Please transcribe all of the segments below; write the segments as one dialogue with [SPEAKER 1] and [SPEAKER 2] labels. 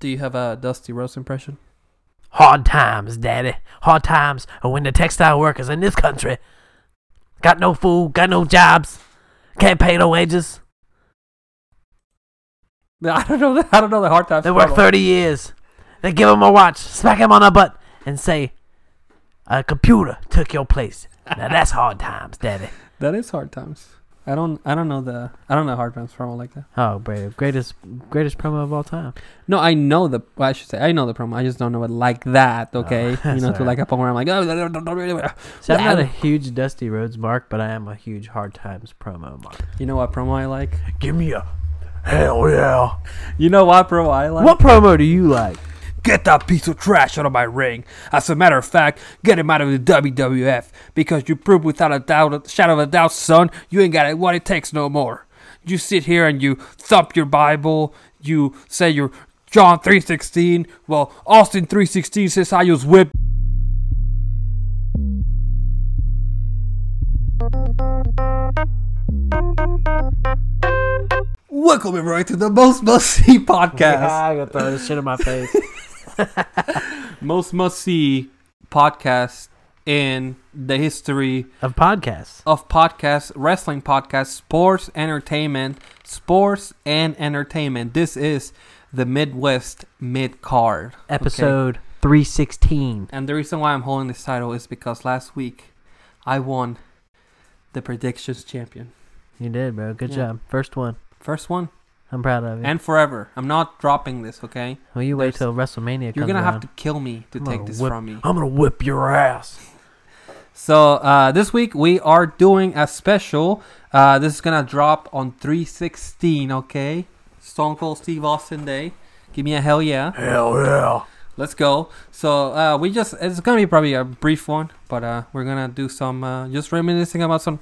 [SPEAKER 1] Do you have a Dusty Rose impression?
[SPEAKER 2] Hard times, daddy. Hard times are when the textile workers in this country got no food, got no jobs, can't pay no wages.
[SPEAKER 1] I don't know. That, I don't know the hard times.
[SPEAKER 2] They work
[SPEAKER 1] problem.
[SPEAKER 2] 30 years. They give them a watch, smack him on the butt, and say, a computer took your place. Now that's hard times, daddy.
[SPEAKER 1] That is hard times. I don't. I don't know the. I don't know hard times promo like that.
[SPEAKER 2] Oh, Brady, greatest, greatest promo of all time.
[SPEAKER 1] No, I know the. Well, I should say I know the promo. I just don't know it like that. Okay, you
[SPEAKER 2] that's
[SPEAKER 1] know, to
[SPEAKER 2] alright.
[SPEAKER 1] like a point where I'm like, oh,
[SPEAKER 2] So I'm
[SPEAKER 1] Yeah,
[SPEAKER 2] not
[SPEAKER 1] I-
[SPEAKER 2] a huge Dusty Rhodes mark, but I am a huge Hard Times promo mark.
[SPEAKER 1] you know what promo I like.
[SPEAKER 2] Give me a hell yeah.
[SPEAKER 1] You know what promo I like.
[SPEAKER 2] What promo do you like?
[SPEAKER 1] Get that piece of trash out of my ring. As a matter of fact, get him out of the WWF because you proved without a doubt, shadow of a doubt, son, you ain't got what it takes no more. You sit here and you thump your Bible. You say you're John three sixteen. Well, Austin three sixteen says I use whip. Welcome everybody to the most must see podcast.
[SPEAKER 2] I got throw this shit in my face.
[SPEAKER 1] most must see podcast in the history
[SPEAKER 2] of podcasts.
[SPEAKER 1] of podcasts, wrestling podcasts, sports, entertainment, sports and entertainment. This is the Midwest mid card
[SPEAKER 2] Episode 316.
[SPEAKER 1] And the reason why I'm holding this title is because last week I won the predictions champion.
[SPEAKER 2] You did, bro. Good
[SPEAKER 1] Yeah.
[SPEAKER 2] job. First one.
[SPEAKER 1] First one
[SPEAKER 2] I'm proud of you.
[SPEAKER 1] and forever. I'm not dropping this, okay?
[SPEAKER 2] well, you wait
[SPEAKER 1] there's-
[SPEAKER 2] till WrestleMania
[SPEAKER 1] You're
[SPEAKER 2] comes
[SPEAKER 1] gonna have
[SPEAKER 2] around.
[SPEAKER 1] to kill me to
[SPEAKER 2] I'm
[SPEAKER 1] take
[SPEAKER 2] gonna
[SPEAKER 1] this
[SPEAKER 2] whip-
[SPEAKER 1] from me.
[SPEAKER 2] I'm going to whip your ass.
[SPEAKER 1] So uh, this week we are doing a special. Uh, this is gonna drop on 316. Okay, Stone Cold Steve Austin Day. Give me a hell yeah.
[SPEAKER 2] Hell yeah.
[SPEAKER 1] Let's go. So uh, we just it's gonna be probably a brief one, but uh, we're gonna do some uh, just reminiscing about some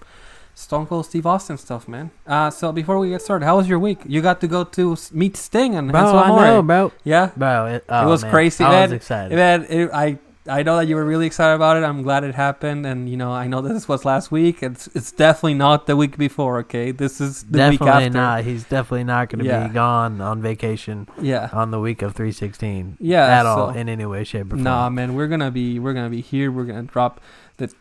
[SPEAKER 1] Stone Cold Steve Austin stuff, man. Uh, so before we get started, how was your week? You got to go to s- meet Sting and
[SPEAKER 2] Bro,
[SPEAKER 1] Enzo
[SPEAKER 2] Oh, I
[SPEAKER 1] Amore.
[SPEAKER 2] know, bro.
[SPEAKER 1] Yeah,
[SPEAKER 2] Bro, it,
[SPEAKER 1] it
[SPEAKER 2] oh,
[SPEAKER 1] was
[SPEAKER 2] man.
[SPEAKER 1] crazy,
[SPEAKER 2] I
[SPEAKER 1] man.
[SPEAKER 2] was excited.
[SPEAKER 1] Man, it, I I know that you were really excited about it. I'm glad it happened, and you know I know this was last week. It's it's definitely not the week before. Okay, this is the week
[SPEAKER 2] definitely
[SPEAKER 1] after.
[SPEAKER 2] not. He's definitely not going to
[SPEAKER 1] Yeah.
[SPEAKER 2] be gone on vacation
[SPEAKER 1] Yeah.
[SPEAKER 2] on the week of 316
[SPEAKER 1] Yeah,
[SPEAKER 2] at all
[SPEAKER 1] so-
[SPEAKER 2] in any way, shape, or form.
[SPEAKER 1] Nah, man, we're gonna be we're gonna be here. We're gonna drop the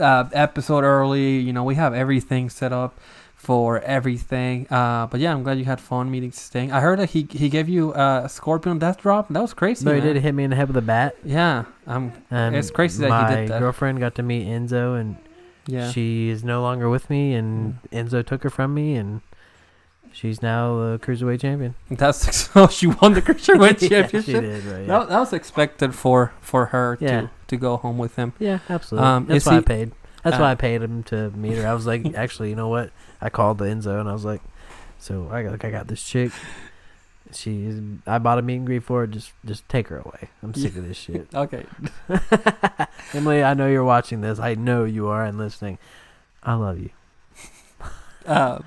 [SPEAKER 1] uh, episode early. You know, we have everything set up for everything. Uh, but yeah, I'm glad you had fun meeting Sting. I heard that he he gave you uh, a Scorpion death drop. That was crazy.
[SPEAKER 2] No, he
[SPEAKER 1] man.
[SPEAKER 2] did hit me in the head with a bat.
[SPEAKER 1] Yeah, um, I'm.
[SPEAKER 2] And
[SPEAKER 1] It's crazy that
[SPEAKER 2] my
[SPEAKER 1] he did that.
[SPEAKER 2] girlfriend got to meet Enzo, and
[SPEAKER 1] Yeah,
[SPEAKER 2] she is no longer with me, and Enzo took her from me, and she's now the cruiserweight champion.
[SPEAKER 1] that's so she won the Cruiserweight
[SPEAKER 2] Yeah,
[SPEAKER 1] Championship.
[SPEAKER 2] she did, right, yeah.
[SPEAKER 1] That, that was expected for for her
[SPEAKER 2] Yeah.
[SPEAKER 1] to to go home with him.
[SPEAKER 2] yeah, absolutely.
[SPEAKER 1] Um, is
[SPEAKER 2] That's why I
[SPEAKER 1] he-
[SPEAKER 2] paid. That's why
[SPEAKER 1] uh,
[SPEAKER 2] I paid him to meet her. I was like, actually, you know what? I called the Enzo, and I was like, so I got, like, I got this chick. She's. I bought a meet and greet for her. Just, just take her away. I'm sick of this shit.
[SPEAKER 1] Okay.
[SPEAKER 2] Emily, I know you're watching this. I know you are and listening. I love you.
[SPEAKER 1] Uh,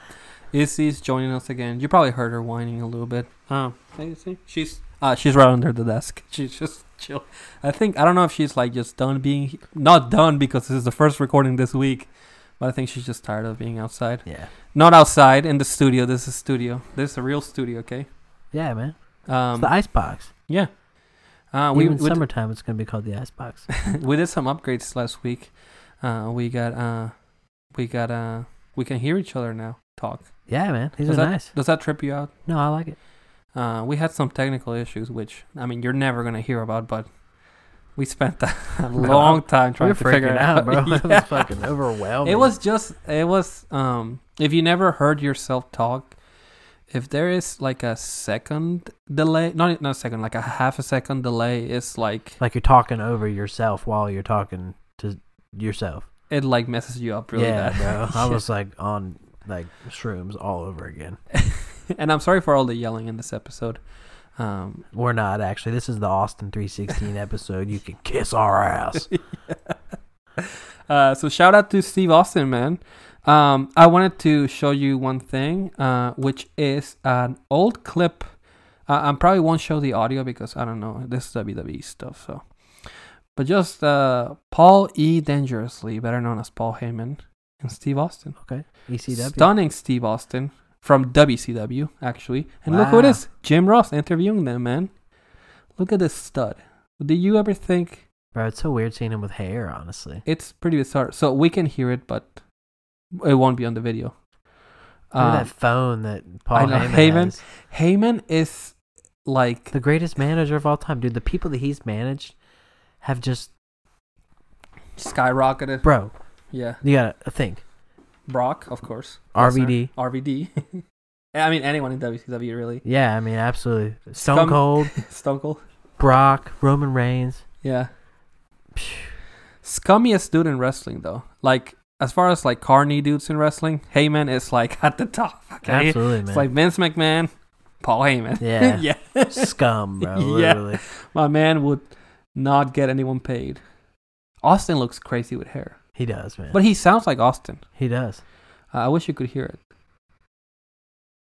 [SPEAKER 1] Izzy's joining us again. You probably heard her whining a little bit. Um, hey, Izzy. she's uh, she's right under the desk. She's just chill. I think I don't know if she's like just done being he- not done because this is the first recording this week, but I think she's just tired of being outside.
[SPEAKER 2] Yeah.
[SPEAKER 1] Not outside in the studio. This is studio. This is a real studio. Okay.
[SPEAKER 2] Yeah, man.
[SPEAKER 1] Um,
[SPEAKER 2] It's the ice box.
[SPEAKER 1] yeah. Uh,
[SPEAKER 2] Even
[SPEAKER 1] we,
[SPEAKER 2] in
[SPEAKER 1] we d-
[SPEAKER 2] summertime, it's gonna be called the ice box.
[SPEAKER 1] we did some upgrades last week. Uh, we got uh, we got uh, we can hear each other now talk.
[SPEAKER 2] yeah, man. These
[SPEAKER 1] Does
[SPEAKER 2] are
[SPEAKER 1] that-
[SPEAKER 2] nice.
[SPEAKER 1] Does that trip you out?
[SPEAKER 2] No, I like it.
[SPEAKER 1] Uh, we had some technical issues, which I mean, you're never gonna hear about, but we spent a long time trying
[SPEAKER 2] We're
[SPEAKER 1] to figure
[SPEAKER 2] freaking
[SPEAKER 1] it
[SPEAKER 2] out, bro. It
[SPEAKER 1] Yeah.
[SPEAKER 2] was fucking overwhelming.
[SPEAKER 1] It was just, it was. Um, if you never heard yourself talk, if there is like a second delay, not not a second, like a half a second delay, it's like
[SPEAKER 2] like you're talking over yourself while you're talking to yourself.
[SPEAKER 1] it like messes you up really
[SPEAKER 2] yeah,
[SPEAKER 1] bad.
[SPEAKER 2] bro. I was like on like shrooms all over again.
[SPEAKER 1] and I'm sorry for all the yelling in this episode. Um,
[SPEAKER 2] We're not actually. This is the Austin 316 episode. You can kiss our ass.
[SPEAKER 1] Uh, so shout out to Steve Austin, man. Um, I wanted to show you one thing, uh, which is an old clip. Uh, I probably won't show the audio because I don't know. This is WWE stuff, so. But just uh, Paul E. Dangerously, better known as Paul Heyman, and Steve Austin. E
[SPEAKER 2] ECW.
[SPEAKER 1] Stunning Steve Austin from WCW, actually. And look who it
[SPEAKER 2] Wow.
[SPEAKER 1] is Jim Ross interviewing them, man. Look at this stud. Did you ever think
[SPEAKER 2] Bro, it's so weird seeing him with hair, honestly.
[SPEAKER 1] it's pretty bizarre? So we can hear it, but it won't be on the video.
[SPEAKER 2] Look at
[SPEAKER 1] Um,
[SPEAKER 2] that phone that Paul
[SPEAKER 1] know,
[SPEAKER 2] Heyman,
[SPEAKER 1] Heyman.
[SPEAKER 2] has.
[SPEAKER 1] Heyman is like
[SPEAKER 2] The greatest manager of all time. Dude, the people that he's managed have just.
[SPEAKER 1] skyrocketed.
[SPEAKER 2] Bro,
[SPEAKER 1] Yeah,
[SPEAKER 2] you gotta think.
[SPEAKER 1] Brock, of course.
[SPEAKER 2] RVD.
[SPEAKER 1] Lesnar, RVD. I mean, anyone in WCW really.
[SPEAKER 2] Yeah, I mean, absolutely. Stone
[SPEAKER 1] Come-
[SPEAKER 2] Cold,
[SPEAKER 1] Stone Cold.
[SPEAKER 2] Brock, Roman Reigns.
[SPEAKER 1] Yeah.
[SPEAKER 2] Phew.
[SPEAKER 1] Scummiest dude in wrestling though. Like as far as like carny dudes in wrestling, Heyman is like at the top. Okay.
[SPEAKER 2] Absolutely, man.
[SPEAKER 1] It's like Vince McMahon, Paul Heyman.
[SPEAKER 2] Yeah.
[SPEAKER 1] yeah.
[SPEAKER 2] Scum, bro.
[SPEAKER 1] Yeah.
[SPEAKER 2] Literally.
[SPEAKER 1] My man would not get anyone paid. Austin looks crazy with hair,
[SPEAKER 2] He does, man.
[SPEAKER 1] but he sounds like Austin.
[SPEAKER 2] he does.
[SPEAKER 1] Uh, I wish you could hear it.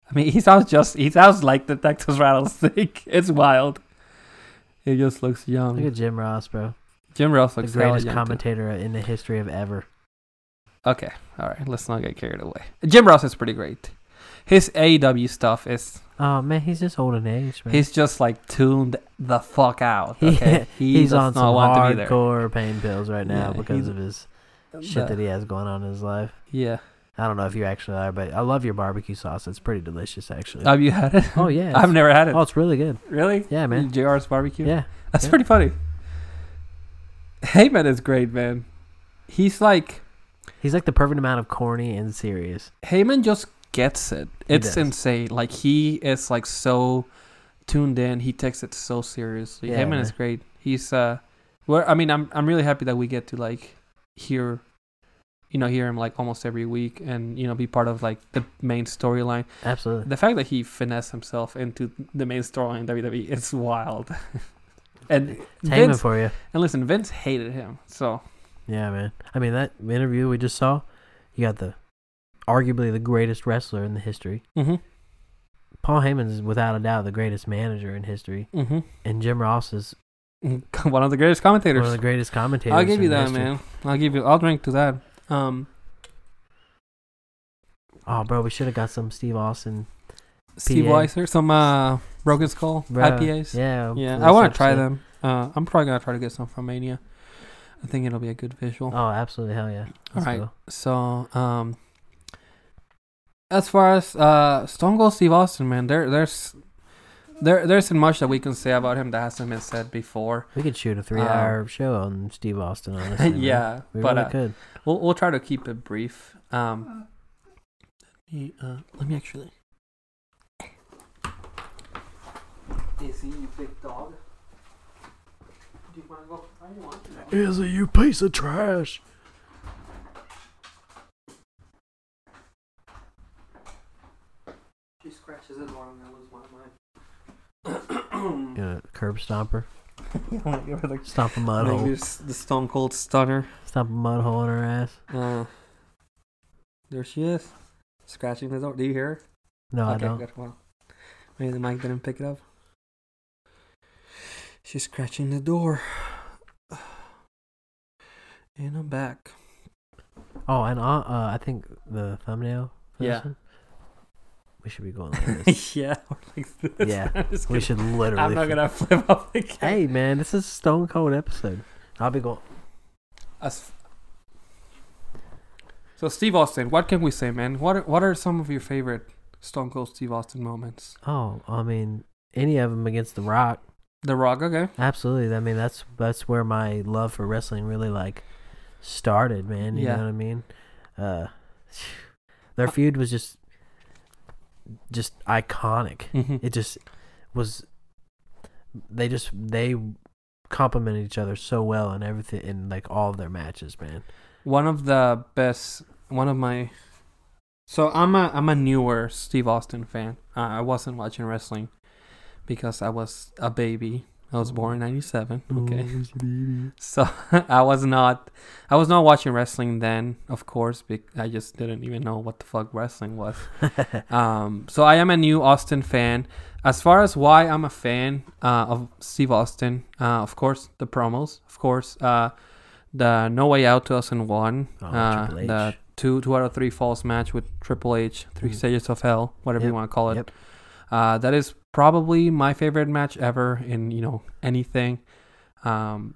[SPEAKER 1] I mean, he sounds just, he sounds like the Texas Rattlesnake. it's wild. He just looks
[SPEAKER 2] Look
[SPEAKER 1] young.
[SPEAKER 2] at Jim Ross, bro.
[SPEAKER 1] Jim Ross
[SPEAKER 2] The
[SPEAKER 1] looks hella
[SPEAKER 2] greatest
[SPEAKER 1] young, too.
[SPEAKER 2] commentator in the history of ever.
[SPEAKER 1] Okay, all right, let's not get carried away. Jim Ross is pretty great. His AEW stuff is,
[SPEAKER 2] Oh, man, he's just old in age, man.
[SPEAKER 1] he's just like tuned the fuck out.
[SPEAKER 2] He-
[SPEAKER 1] Okay? He
[SPEAKER 2] he's
[SPEAKER 1] does
[SPEAKER 2] on
[SPEAKER 1] not
[SPEAKER 2] some
[SPEAKER 1] want to be there.
[SPEAKER 2] hardcore pain pills right now
[SPEAKER 1] Yeah,
[SPEAKER 2] because
[SPEAKER 1] he's-
[SPEAKER 2] of his shit
[SPEAKER 1] The-
[SPEAKER 2] that he has going on in his life.
[SPEAKER 1] yeah.
[SPEAKER 2] I don't know if you actually are, but I love your barbecue sauce. It's pretty delicious, actually.
[SPEAKER 1] Have you had it?
[SPEAKER 2] oh yeah,
[SPEAKER 1] I've
[SPEAKER 2] it's-
[SPEAKER 1] never had it.
[SPEAKER 2] Oh, it's really good.
[SPEAKER 1] really?
[SPEAKER 2] Yeah, man.
[SPEAKER 1] JR's barbecue.
[SPEAKER 2] Yeah,
[SPEAKER 1] that's
[SPEAKER 2] yeah.
[SPEAKER 1] pretty funny. Heyman is great, man. He's like
[SPEAKER 2] he's like the perfect amount of corny and serious.
[SPEAKER 1] Heyman just gets it.
[SPEAKER 2] He
[SPEAKER 1] It's
[SPEAKER 2] does.
[SPEAKER 1] insane. Like he is like so tuned in. He takes it so seriously.
[SPEAKER 2] Yeah,
[SPEAKER 1] Heyman
[SPEAKER 2] man.
[SPEAKER 1] is great. He's uh, well, I mean, I'm I'm really happy that we get to like hear, you know, hear him like almost every week, and you know, be part of like the main storyline.
[SPEAKER 2] Absolutely.
[SPEAKER 1] The fact that he finessed himself into the main storyline in WWE is wild. and
[SPEAKER 2] It's hanging
[SPEAKER 1] Vince,
[SPEAKER 2] for you.
[SPEAKER 1] and listen, Vince hated him. So
[SPEAKER 2] Yeah, man. I mean that interview we just saw. You got the arguably the greatest wrestler in the history. Paul Heyman is without a doubt the greatest manager in history,
[SPEAKER 1] mm-hmm.
[SPEAKER 2] and Jim Ross is
[SPEAKER 1] one of the greatest commentators.
[SPEAKER 2] mm-hmm. one of the greatest commentators.
[SPEAKER 1] I'll give
[SPEAKER 2] in
[SPEAKER 1] you that,
[SPEAKER 2] history.
[SPEAKER 1] man. I'll give you. I'll drink to that. Um,
[SPEAKER 2] Oh, bro, we should have got some Steve Austin.
[SPEAKER 1] Steve
[SPEAKER 2] PA.
[SPEAKER 1] Weiser, some uh, Broken Skull
[SPEAKER 2] Bro,
[SPEAKER 1] IPAs. Yeah,
[SPEAKER 2] Yeah, for
[SPEAKER 1] I
[SPEAKER 2] this
[SPEAKER 1] want to try
[SPEAKER 2] episode.
[SPEAKER 1] them. Uh, I'm probably gonna try to get some from Mania. I think it'll be a good visual.
[SPEAKER 2] Oh, absolutely, hell yeah. Let's
[SPEAKER 1] right.
[SPEAKER 2] go.
[SPEAKER 1] So, um, as far as uh, Stone Cold Steve Austin, man, there, there's. There, there isn't much that we can say about him that hasn't been said before.
[SPEAKER 2] We could shoot a three-hour show on Steve Austin, honestly. man.
[SPEAKER 1] Um, yeah,
[SPEAKER 2] we
[SPEAKER 1] but
[SPEAKER 2] really
[SPEAKER 1] uh,
[SPEAKER 2] could.
[SPEAKER 1] We'll we'll try to keep it brief. Um, let me uh, let me actually. Izzy, you big dog. Do you want to go? I don't want to.
[SPEAKER 2] Izzy, you piece of trash.
[SPEAKER 1] She scratches it more and I lose one
[SPEAKER 2] You know, curb stomper,
[SPEAKER 1] of mine. You're the,
[SPEAKER 2] stomp a mud
[SPEAKER 1] like
[SPEAKER 2] hole,
[SPEAKER 1] this- the Stone Cold Stunner.
[SPEAKER 2] stomp a mud hole in her ass.
[SPEAKER 1] Uh, there she is, scratching the door. Do you hear? her?
[SPEAKER 2] No, I
[SPEAKER 1] okay,
[SPEAKER 2] don't.
[SPEAKER 1] good. Well, maybe the mic didn't pick it up. She's scratching the door. And I'm back.
[SPEAKER 2] Oh, and uh, uh, I think the thumbnail. For
[SPEAKER 1] Yeah.
[SPEAKER 2] This one, we should be going like this.
[SPEAKER 1] yeah, or like this.
[SPEAKER 2] Yeah,
[SPEAKER 1] I'm, just
[SPEAKER 2] we
[SPEAKER 1] kidding.
[SPEAKER 2] should literally.
[SPEAKER 1] I'm not
[SPEAKER 2] fi-
[SPEAKER 1] gonna flip up the camera.
[SPEAKER 2] Hey, man, this is Stone Cold episode. I'll be going.
[SPEAKER 1] As- So Steve Austin, what can we say, man? What are, what are some of your favorite Stone Cold Steve Austin moments?
[SPEAKER 2] Oh, I mean, any of them against The Rock.
[SPEAKER 1] The Rock, okay.
[SPEAKER 2] Absolutely. I mean, that's that's where my love for wrestling really like started, man. You
[SPEAKER 1] Yeah.
[SPEAKER 2] know what I mean? Uh, their feud was just just iconic.
[SPEAKER 1] Mm-hmm.
[SPEAKER 2] It just was. They just they complemented each other so well in everything in like all of their matches, man.
[SPEAKER 1] one of the best one of my so i'm a i'm a newer steve austin fan uh, i wasn't watching wrestling because i was a baby i was born in 97 okay so i was not i was not watching wrestling then of course bec- i just didn't even know what the fuck wrestling was um, so I am a new Austin fan. As far as why I'm a fan uh, of Steve Austin, uh, of course the promos, of course uh, the No Way Out 2001,
[SPEAKER 2] Oh,
[SPEAKER 1] uh,
[SPEAKER 2] Triple
[SPEAKER 1] the
[SPEAKER 2] H.
[SPEAKER 1] two two out of three falls match with Triple H, three
[SPEAKER 2] Mm.
[SPEAKER 1] stages of hell, whatever you
[SPEAKER 2] Yep,
[SPEAKER 1] want to call it.
[SPEAKER 2] yep.
[SPEAKER 1] Uh, that is probably my favorite match ever in you know anything. Um,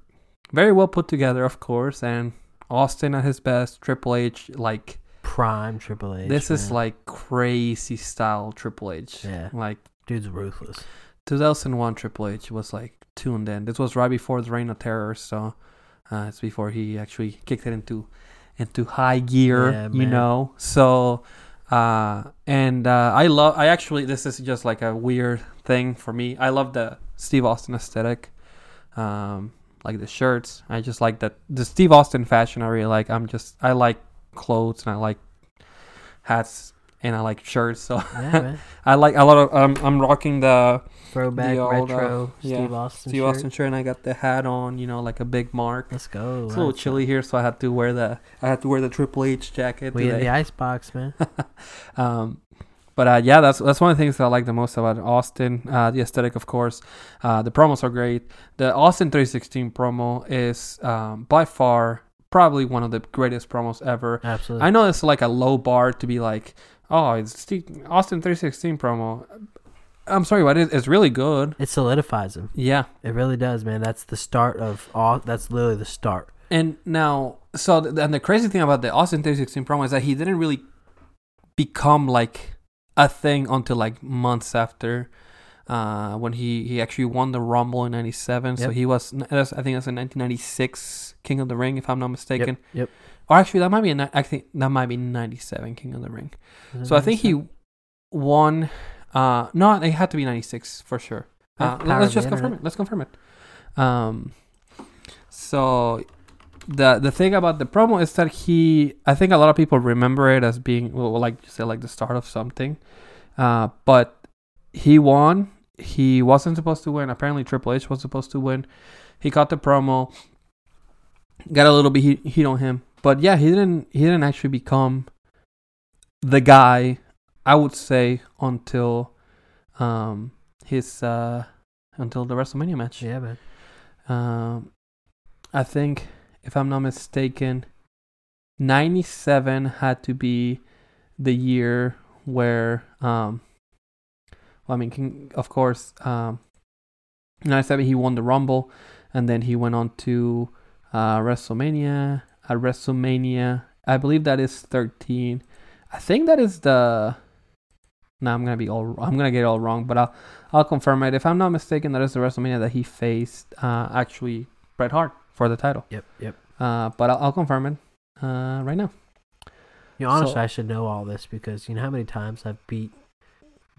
[SPEAKER 1] very well put together, of course, and Austin at his best. Triple H, like
[SPEAKER 2] Prime Triple H.
[SPEAKER 1] this is
[SPEAKER 2] man.
[SPEAKER 1] like crazy style Triple H.
[SPEAKER 2] Yeah.
[SPEAKER 1] Like
[SPEAKER 2] dude's ruthless.
[SPEAKER 1] 2001 Triple H was like tuned in. This was right before the Reign of Terror, so uh, it's before he actually kicked it into into high gear,
[SPEAKER 2] Yeah,
[SPEAKER 1] you
[SPEAKER 2] man.
[SPEAKER 1] know. So uh and uh I love I actually this is just like a weird thing for me. I love the Steve Austin aesthetic. Um like the shirts. I just like that the Steve Austin fashion I really like. I'm just I like clothes and I like hats and I like shirts. So
[SPEAKER 2] Yeah, man.
[SPEAKER 1] I like a lot of um, I'm rocking the
[SPEAKER 2] Throwback
[SPEAKER 1] The old, uh,
[SPEAKER 2] retro
[SPEAKER 1] yeah,
[SPEAKER 2] Steve Austin.
[SPEAKER 1] Steve
[SPEAKER 2] shirt.
[SPEAKER 1] Austin shirt, and I got the hat on, you know, like a big mark.
[SPEAKER 2] Let's go.
[SPEAKER 1] It's a little
[SPEAKER 2] Let's go.
[SPEAKER 1] chilly here, so I had to wear the I had to wear the Triple H jacket
[SPEAKER 2] We in the
[SPEAKER 1] today.
[SPEAKER 2] ice box, man.
[SPEAKER 1] Um, but uh, yeah, that's that's one of the things that I like the most about Austin. Uh, the aesthetic, of course, uh, the promos are great. The Austin 316 promo is um, by far probably one of the greatest promos ever.
[SPEAKER 2] Absolutely.
[SPEAKER 1] I know it's like a low bar to be like, oh, it's Steve, Austin 316 promo. I'm sorry, but it, it's really good.
[SPEAKER 2] it solidifies him.
[SPEAKER 1] Yeah,
[SPEAKER 2] It really does, man. That's the start of all. That's literally the start.
[SPEAKER 1] And now, so th- and the crazy thing about the Austin 316 promo is that he didn't really become like a thing until like months after uh, when he he actually won the Rumble in '97. So
[SPEAKER 2] Yep.
[SPEAKER 1] he was that's, I think that's in 1996 King of the Ring, if I'm not mistaken.
[SPEAKER 2] Yep.
[SPEAKER 1] Or actually, that might be in, I think that might be '97 King of the Ring. So I think he won. Uh, no, it had to be 96 for sure.
[SPEAKER 2] That's
[SPEAKER 1] Uh,
[SPEAKER 2] the power
[SPEAKER 1] let's
[SPEAKER 2] of
[SPEAKER 1] just
[SPEAKER 2] the
[SPEAKER 1] confirm it. Let's confirm it. Um, so the the thing about the promo is that he, I think a lot of people remember it as being well, like you said, like the start of something. Uh, but he won. He wasn't supposed to win. Apparently, Triple H was supposed to win. He caught the promo. Got a little bit heat, heat on him, but yeah, he didn't. He didn't actually become the guy. I would say until um, his uh, until the WrestleMania match.
[SPEAKER 2] Yeah, man.
[SPEAKER 1] Um, I think, if I'm not mistaken, 97 had to be the year where, um, well, I mean, King, of course, um, 97 he won the Rumble, and then he went on to uh, WrestleMania. At WrestleMania, I believe that is 13. I think that is the. No, I'm gonna be all. I'm gonna get it all wrong, but I'll I'll confirm it. If I'm not mistaken, that is the WrestleMania that he faced uh, actually Bret Hart for the title.
[SPEAKER 2] Yep, yep.
[SPEAKER 1] Uh, but I'll, I'll confirm it uh, right now.
[SPEAKER 2] You know, honestly,
[SPEAKER 1] So-
[SPEAKER 2] I should know all this because you know how many times I've beat E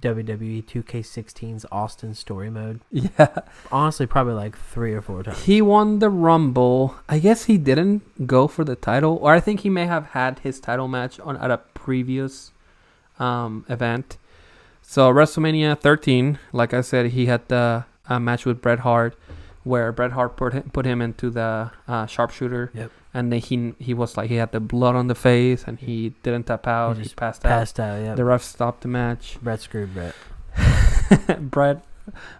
[SPEAKER 2] WWE 2K16's Austin Story Mode.
[SPEAKER 1] Yeah,
[SPEAKER 2] Honestly, probably like three or four times.
[SPEAKER 1] he won the Rumble. I guess he didn't go for the title, or I think he may have had his title match on at a previous um, event. So WrestleMania 13, like I said, he had the uh, match with Bret Hart, where Bret Hart put him, put him into the uh, sharpshooter.
[SPEAKER 2] Yep.
[SPEAKER 1] And then he he was like he had the blood on the face and he didn't tap out. He,
[SPEAKER 2] just
[SPEAKER 1] passed,
[SPEAKER 2] Passed out. Yeah.
[SPEAKER 1] out. The ref stopped the match.
[SPEAKER 2] Brett screwed Brett.
[SPEAKER 1] Bret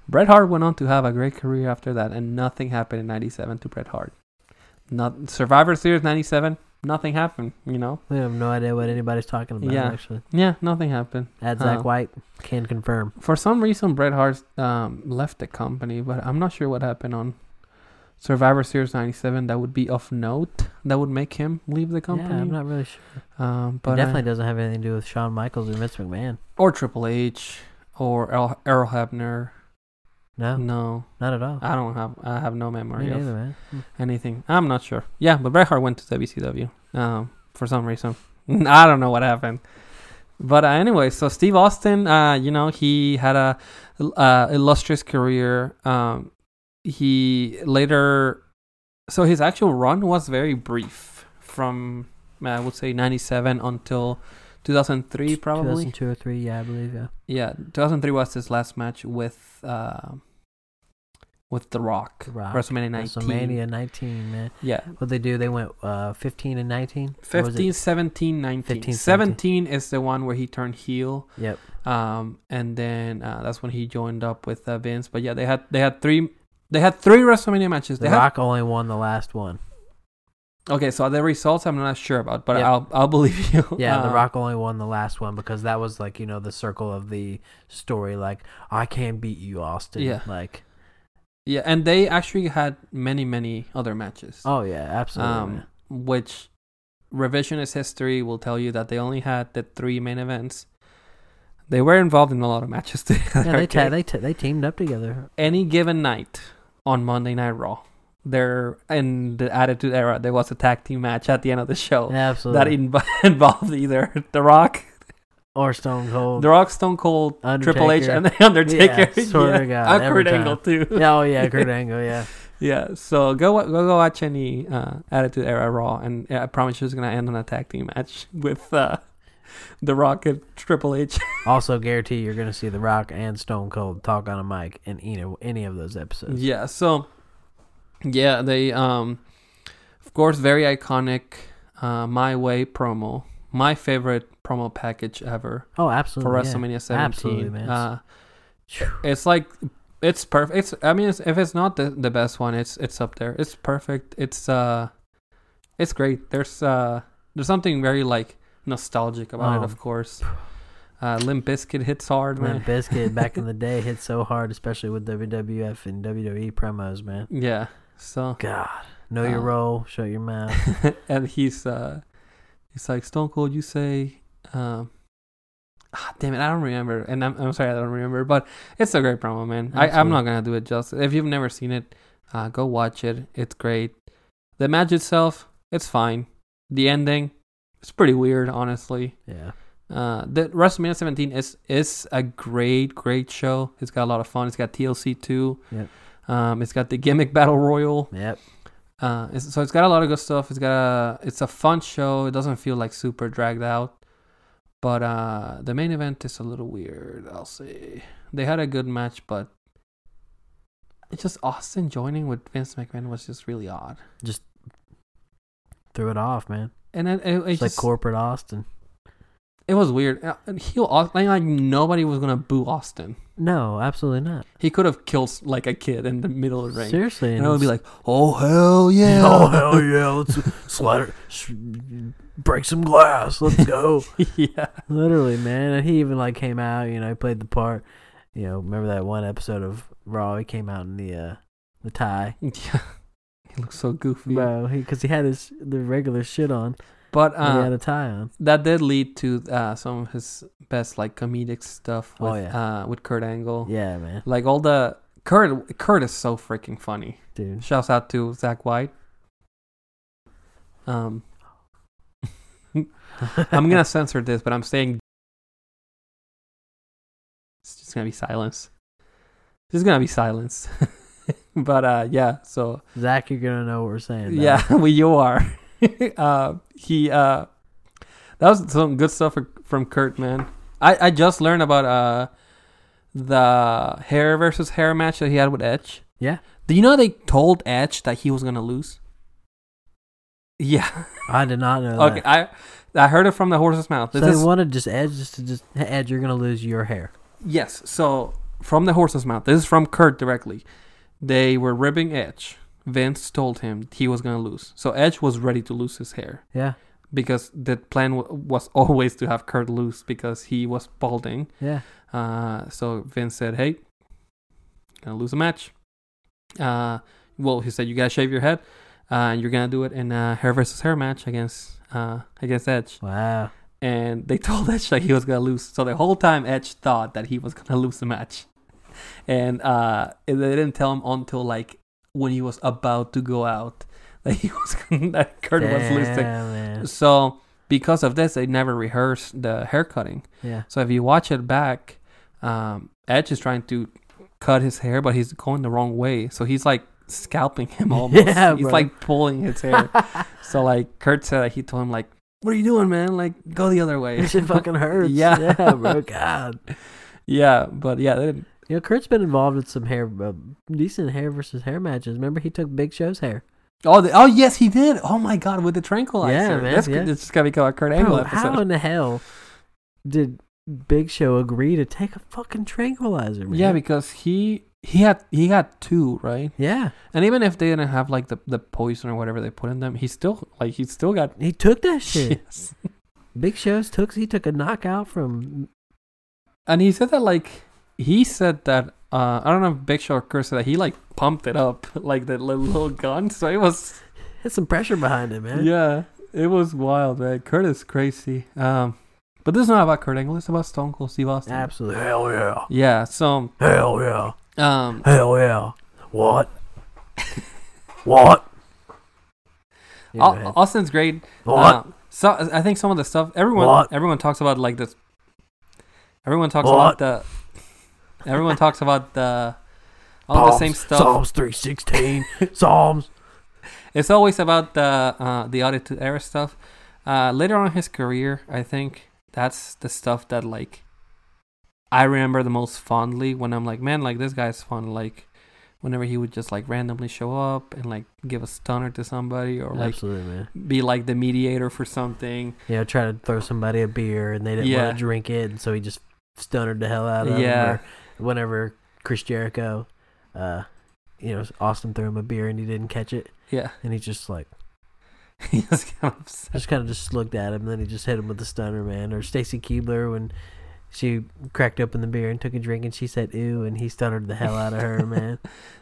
[SPEAKER 1] Bret Hart went on to have a great career after that, and nothing happened in '97 to Bret Hart. Not Survivor Series '97, nothing happened. You know,
[SPEAKER 2] We have no idea what anybody's talking about.
[SPEAKER 1] Yeah.
[SPEAKER 2] Actually,
[SPEAKER 1] yeah, nothing happened.
[SPEAKER 2] add
[SPEAKER 1] Huh.
[SPEAKER 2] Zach White can confirm.
[SPEAKER 1] For some reason, Bret Hart um, left the company, but I'm not sure what happened on Survivor Series '97. That would be of note. That would make him leave the company.
[SPEAKER 2] Yeah, I'm not really sure.
[SPEAKER 1] um,
[SPEAKER 2] But
[SPEAKER 1] but
[SPEAKER 2] uh,
[SPEAKER 1] definitely.
[SPEAKER 2] it definitely doesn't have anything to do with Shawn Michaels or Vince McMahon.
[SPEAKER 1] or Triple H or Errol, Errol Hebner.
[SPEAKER 2] No,
[SPEAKER 1] No,
[SPEAKER 2] not at all.
[SPEAKER 1] I don't have. I have no memory
[SPEAKER 2] Me
[SPEAKER 1] of
[SPEAKER 2] neither, man.
[SPEAKER 1] anything. I'm not sure. Yeah, but Bret Hart went to WCW um, for some reason. I don't know what happened. But uh, anyway, so Steve Austin, uh, you know, he had a uh, illustrious career. Um, he later, so his actual run was very brief, from uh, I would say '97 until 2003, probably.
[SPEAKER 2] 2002 or three. Yeah, I believe. Yeah.
[SPEAKER 1] Yeah, 2003 was his last match with uh, with The Rock,
[SPEAKER 2] The Rock.
[SPEAKER 1] WrestleMania 19.
[SPEAKER 2] WrestleMania 19, man.
[SPEAKER 1] Yeah,
[SPEAKER 2] What they do? They went uh, 15 and 19. Or was it-
[SPEAKER 1] 15, 17, 19.
[SPEAKER 2] 15,
[SPEAKER 1] 17 is the one where he turned heel.
[SPEAKER 2] Yep.
[SPEAKER 1] Um, and then uh, that's when he joined up with uh, Vince. But yeah, they had they had three they had three WrestleMania matches.
[SPEAKER 2] The
[SPEAKER 1] They had
[SPEAKER 2] Rock only won the last one.
[SPEAKER 1] Okay, so the results I'm not sure about, but
[SPEAKER 2] Yeah.
[SPEAKER 1] I'll I'll believe you.
[SPEAKER 2] Yeah,
[SPEAKER 1] Uh,
[SPEAKER 2] The Rock only won the last one because that was like you know the circle of the story. Like I can't beat you, Austin.
[SPEAKER 1] Yeah.
[SPEAKER 2] Like
[SPEAKER 1] Yeah, and they actually had many many other matches. Um,
[SPEAKER 2] oh yeah, absolutely. man.
[SPEAKER 1] which revisionist history will tell you that they only had the three main events. They were involved in a lot of matches together.
[SPEAKER 2] yeah, they ta-
[SPEAKER 1] okay?
[SPEAKER 2] they ta- they teamed up together.
[SPEAKER 1] Any given night on Monday Night Raw, there in the Attitude Era, there was a tag team match at the end of the show
[SPEAKER 2] Yeah, absolutely.
[SPEAKER 1] that e-, in- involved either The Rock,
[SPEAKER 2] or Stone Cold.
[SPEAKER 1] The Rock, Stone Cold, Triple H, and The
[SPEAKER 2] Undertaker.
[SPEAKER 1] Undertaker.
[SPEAKER 2] Yeah, swear to God, every
[SPEAKER 1] awkward
[SPEAKER 2] time.
[SPEAKER 1] angle too.
[SPEAKER 2] Yeah, oh yeah, Kurt Angle. Yeah,
[SPEAKER 1] Yeah, so go wa- go go watch any uh, Attitude Era Raw, and I promise you it's gonna end on a tag team match with uh, The Rock and Triple H.
[SPEAKER 2] also guarantee you're gonna see The Rock and Stone Cold talk on a mic in either any of those episodes.
[SPEAKER 1] yeah, so yeah, they um, of course, very iconic uh, My Way promo, my favorite promo package ever
[SPEAKER 2] Oh,
[SPEAKER 1] for
[SPEAKER 2] absolutely. yeah.
[SPEAKER 1] WrestleMania 17.
[SPEAKER 2] Absolutely, man.
[SPEAKER 1] Uh,
[SPEAKER 2] Phew.
[SPEAKER 1] it's like it's perfect. It's I mean, it's, if it's not the, the best one, it's it's up there. It's perfect. It's uh, it's great. There's uh, there's something very like nostalgic about
[SPEAKER 2] Oh.
[SPEAKER 1] it, of course. Uh, Limp Bizkit hits hard, man.
[SPEAKER 2] Limp Biscuit back in the day hit so hard, especially with WWF and WWE promos, man.
[SPEAKER 1] Yeah. So
[SPEAKER 2] God, know your
[SPEAKER 1] Uh,
[SPEAKER 2] role, shut your mouth.
[SPEAKER 1] and he's uh, he's like Stone Cold. You say, um, ah, damn it, I don't remember. And I'm I'm sorry, I don't remember. But it's a great promo, man. I, I'm
[SPEAKER 2] Absolutely.
[SPEAKER 1] not gonna do it justice. If you've never seen it, uh, go watch it. It's great. The match itself, it's fine. The ending, it's pretty weird, honestly.
[SPEAKER 2] Yeah,
[SPEAKER 1] Uh, the WrestleMania 17 is is a great, great show. It's got a lot of fun. It's got TLC too.
[SPEAKER 2] Yep.
[SPEAKER 1] Um, it's got the gimmick battle royal.
[SPEAKER 2] yep.
[SPEAKER 1] Uh, it's, so it's got a lot of good stuff. It's got a it's a fun show. It doesn't feel like super dragged out, but uh, the main event is a little weird. I'll say they had a good match, but it's just Austin joining with Vince McMahon was just really odd.
[SPEAKER 2] Threw it off, man.
[SPEAKER 1] And then it, it,
[SPEAKER 2] It's
[SPEAKER 1] just,
[SPEAKER 2] like corporate Austin.
[SPEAKER 1] it was weird. Uh, And he like, like nobody was gonna boo Austin.
[SPEAKER 2] No, absolutely not.
[SPEAKER 1] He could have killed s- like a kid in the middle of the ring,
[SPEAKER 2] Seriously,
[SPEAKER 1] and I would be like, "Oh hell yeah!"
[SPEAKER 2] Oh hell yeah! Let's slide her, sh- break some glass. Let's go.
[SPEAKER 1] yeah,
[SPEAKER 2] Literally, man. And he even like came out. You know, he played the part. You know, remember that one episode of Raw? He came out in the uh, the tie,
[SPEAKER 1] yeah. He looks so goofy,
[SPEAKER 2] bro. Because he, had his the regular shit on.
[SPEAKER 1] but
[SPEAKER 2] and
[SPEAKER 1] uh,
[SPEAKER 2] he had a tie on.
[SPEAKER 1] that did lead to uh, some of his best like comedic stuff
[SPEAKER 2] Oh,
[SPEAKER 1] with uh, with Kurt Angle.
[SPEAKER 2] Yeah, man,
[SPEAKER 1] Like all the Kurt Kurt is so freaking funny.
[SPEAKER 2] dude.
[SPEAKER 1] Shouts out to Zach White. Um, I'm gonna censor this, but I'm saying it's just gonna be silence. It's just gonna be silence. but uh, yeah, so
[SPEAKER 2] Zach, you're gonna know what we're saying. now.
[SPEAKER 1] yeah, well, you are. uh, he uh, that was some good stuff for, from Kurt, man. I, I just learned about uh the hair versus hair match that he had with Edge.
[SPEAKER 2] Yeah.
[SPEAKER 1] Do you know they told Edge that he was gonna lose? Yeah.
[SPEAKER 2] I did not know
[SPEAKER 1] okay.
[SPEAKER 2] that.
[SPEAKER 1] I I heard it from the horse's mouth.
[SPEAKER 2] Uh. So
[SPEAKER 1] This
[SPEAKER 2] they
[SPEAKER 1] is-
[SPEAKER 2] wanted just Edge just to just "Hey, Edge. You're gonna lose your hair.
[SPEAKER 1] Yes. So from the horse's mouth, this is from Kurt directly. They were ribbing Edge. Vince told him he was gonna lose, so Edge was ready to lose his hair.
[SPEAKER 2] Yeah,
[SPEAKER 1] because the plan w- was always to have Kurt lose because he was balding.
[SPEAKER 2] yeah.
[SPEAKER 1] Uh, so Vince said, "Hey, gonna lose a match." Uh, well, he said, "You gotta shave your head, uh, and you're gonna do it in a hair versus hair match against uh, against Edge."
[SPEAKER 2] Wow.
[SPEAKER 1] And they told Edge that he was gonna lose. So the whole time, Edge thought that he was gonna lose the match, and uh, they didn't tell him until like when he was about to go out that he was gonna, that Kurt was
[SPEAKER 2] Damn,
[SPEAKER 1] losing.
[SPEAKER 2] Man.
[SPEAKER 1] So because of this, they never rehearsed the hair cutting.
[SPEAKER 2] Yeah.
[SPEAKER 1] So if you watch it back, um, Edge is trying to cut his hair, but he's going the wrong way. So he's like scalping him almost.
[SPEAKER 2] Yeah,
[SPEAKER 1] he's
[SPEAKER 2] bro.
[SPEAKER 1] like pulling his hair. so like Kurt said, he told him like, "What are you doing, man? Like go the other way."
[SPEAKER 2] That shit fucking hurts.
[SPEAKER 1] Yeah.
[SPEAKER 2] yeah, bro. God.
[SPEAKER 1] yeah, but yeah, they didn't-
[SPEAKER 2] You know, Kurt's been involved in some hair, uh, decent hair versus hair matches. Remember, he took Big Show's hair.
[SPEAKER 1] oh, the, oh yes, he did. Oh my god, with the tranquilizer.
[SPEAKER 2] Yeah, man,
[SPEAKER 1] That's,
[SPEAKER 2] yeah.
[SPEAKER 1] It's just gonna become a Kurt Angle
[SPEAKER 2] Bro,
[SPEAKER 1] episode.
[SPEAKER 2] how in the hell did Big Show agree to take a fucking tranquilizer? Man?
[SPEAKER 1] Yeah, because he he had he got two right,
[SPEAKER 2] Yeah,
[SPEAKER 1] and even if they didn't have like the, the poison or whatever they put in them, he still like he still got
[SPEAKER 2] he took that shit.
[SPEAKER 1] yes.
[SPEAKER 2] Big Show's took he took a knockout from
[SPEAKER 1] And he said that like he said that uh, I don't know if Big Show or Kurt said that he like pumped it up like that little, little gun, so it was
[SPEAKER 2] had some pressure behind him, man.
[SPEAKER 1] yeah, it was wild. Man. Kurt is crazy. Um, but this is not about Kurt Angle. It's about Stone Cold Steve Austin.
[SPEAKER 2] Absolutely. Hell yeah.
[SPEAKER 1] Yeah. So
[SPEAKER 2] Hell yeah.
[SPEAKER 1] um,
[SPEAKER 2] Hell yeah. What? what? Yeah, go
[SPEAKER 1] Au-
[SPEAKER 2] ahead.
[SPEAKER 1] Austin's great.
[SPEAKER 2] what?
[SPEAKER 1] Uh, so I think some of the stuff everyone
[SPEAKER 2] What?
[SPEAKER 1] everyone talks about like this. Everyone talks
[SPEAKER 2] What?
[SPEAKER 1] about the. Everyone talks about the. All the
[SPEAKER 2] Psalms,
[SPEAKER 1] same stuff.
[SPEAKER 2] Psalms 316. Psalms.
[SPEAKER 1] It's always about the uh, the attitude era stuff. Uh, later on in his career, I think that's the stuff that like I remember the most fondly. When I'm like, man, like this guy's fun. Like whenever he would just like randomly show up and like give a stunner to somebody or like
[SPEAKER 2] Oh, Absolutely, man.
[SPEAKER 1] be like the mediator for something.
[SPEAKER 2] Yeah, try to throw somebody a beer and they didn't
[SPEAKER 1] Yeah.
[SPEAKER 2] want to drink it, and so he just stunnered the hell out of
[SPEAKER 1] Yeah.
[SPEAKER 2] him. or Whenever Chris Jericho, uh, you know, Austin threw him a beer and he didn't catch it,
[SPEAKER 1] Yeah,
[SPEAKER 2] and he just like
[SPEAKER 1] he was kind of upset.
[SPEAKER 2] just kind of just looked at him, and then he just hit him with the stunner, man. Or Stacy Keebler when she cracked open the beer and took a drink, and she said "ooh," and he stuttered the hell out of her, man.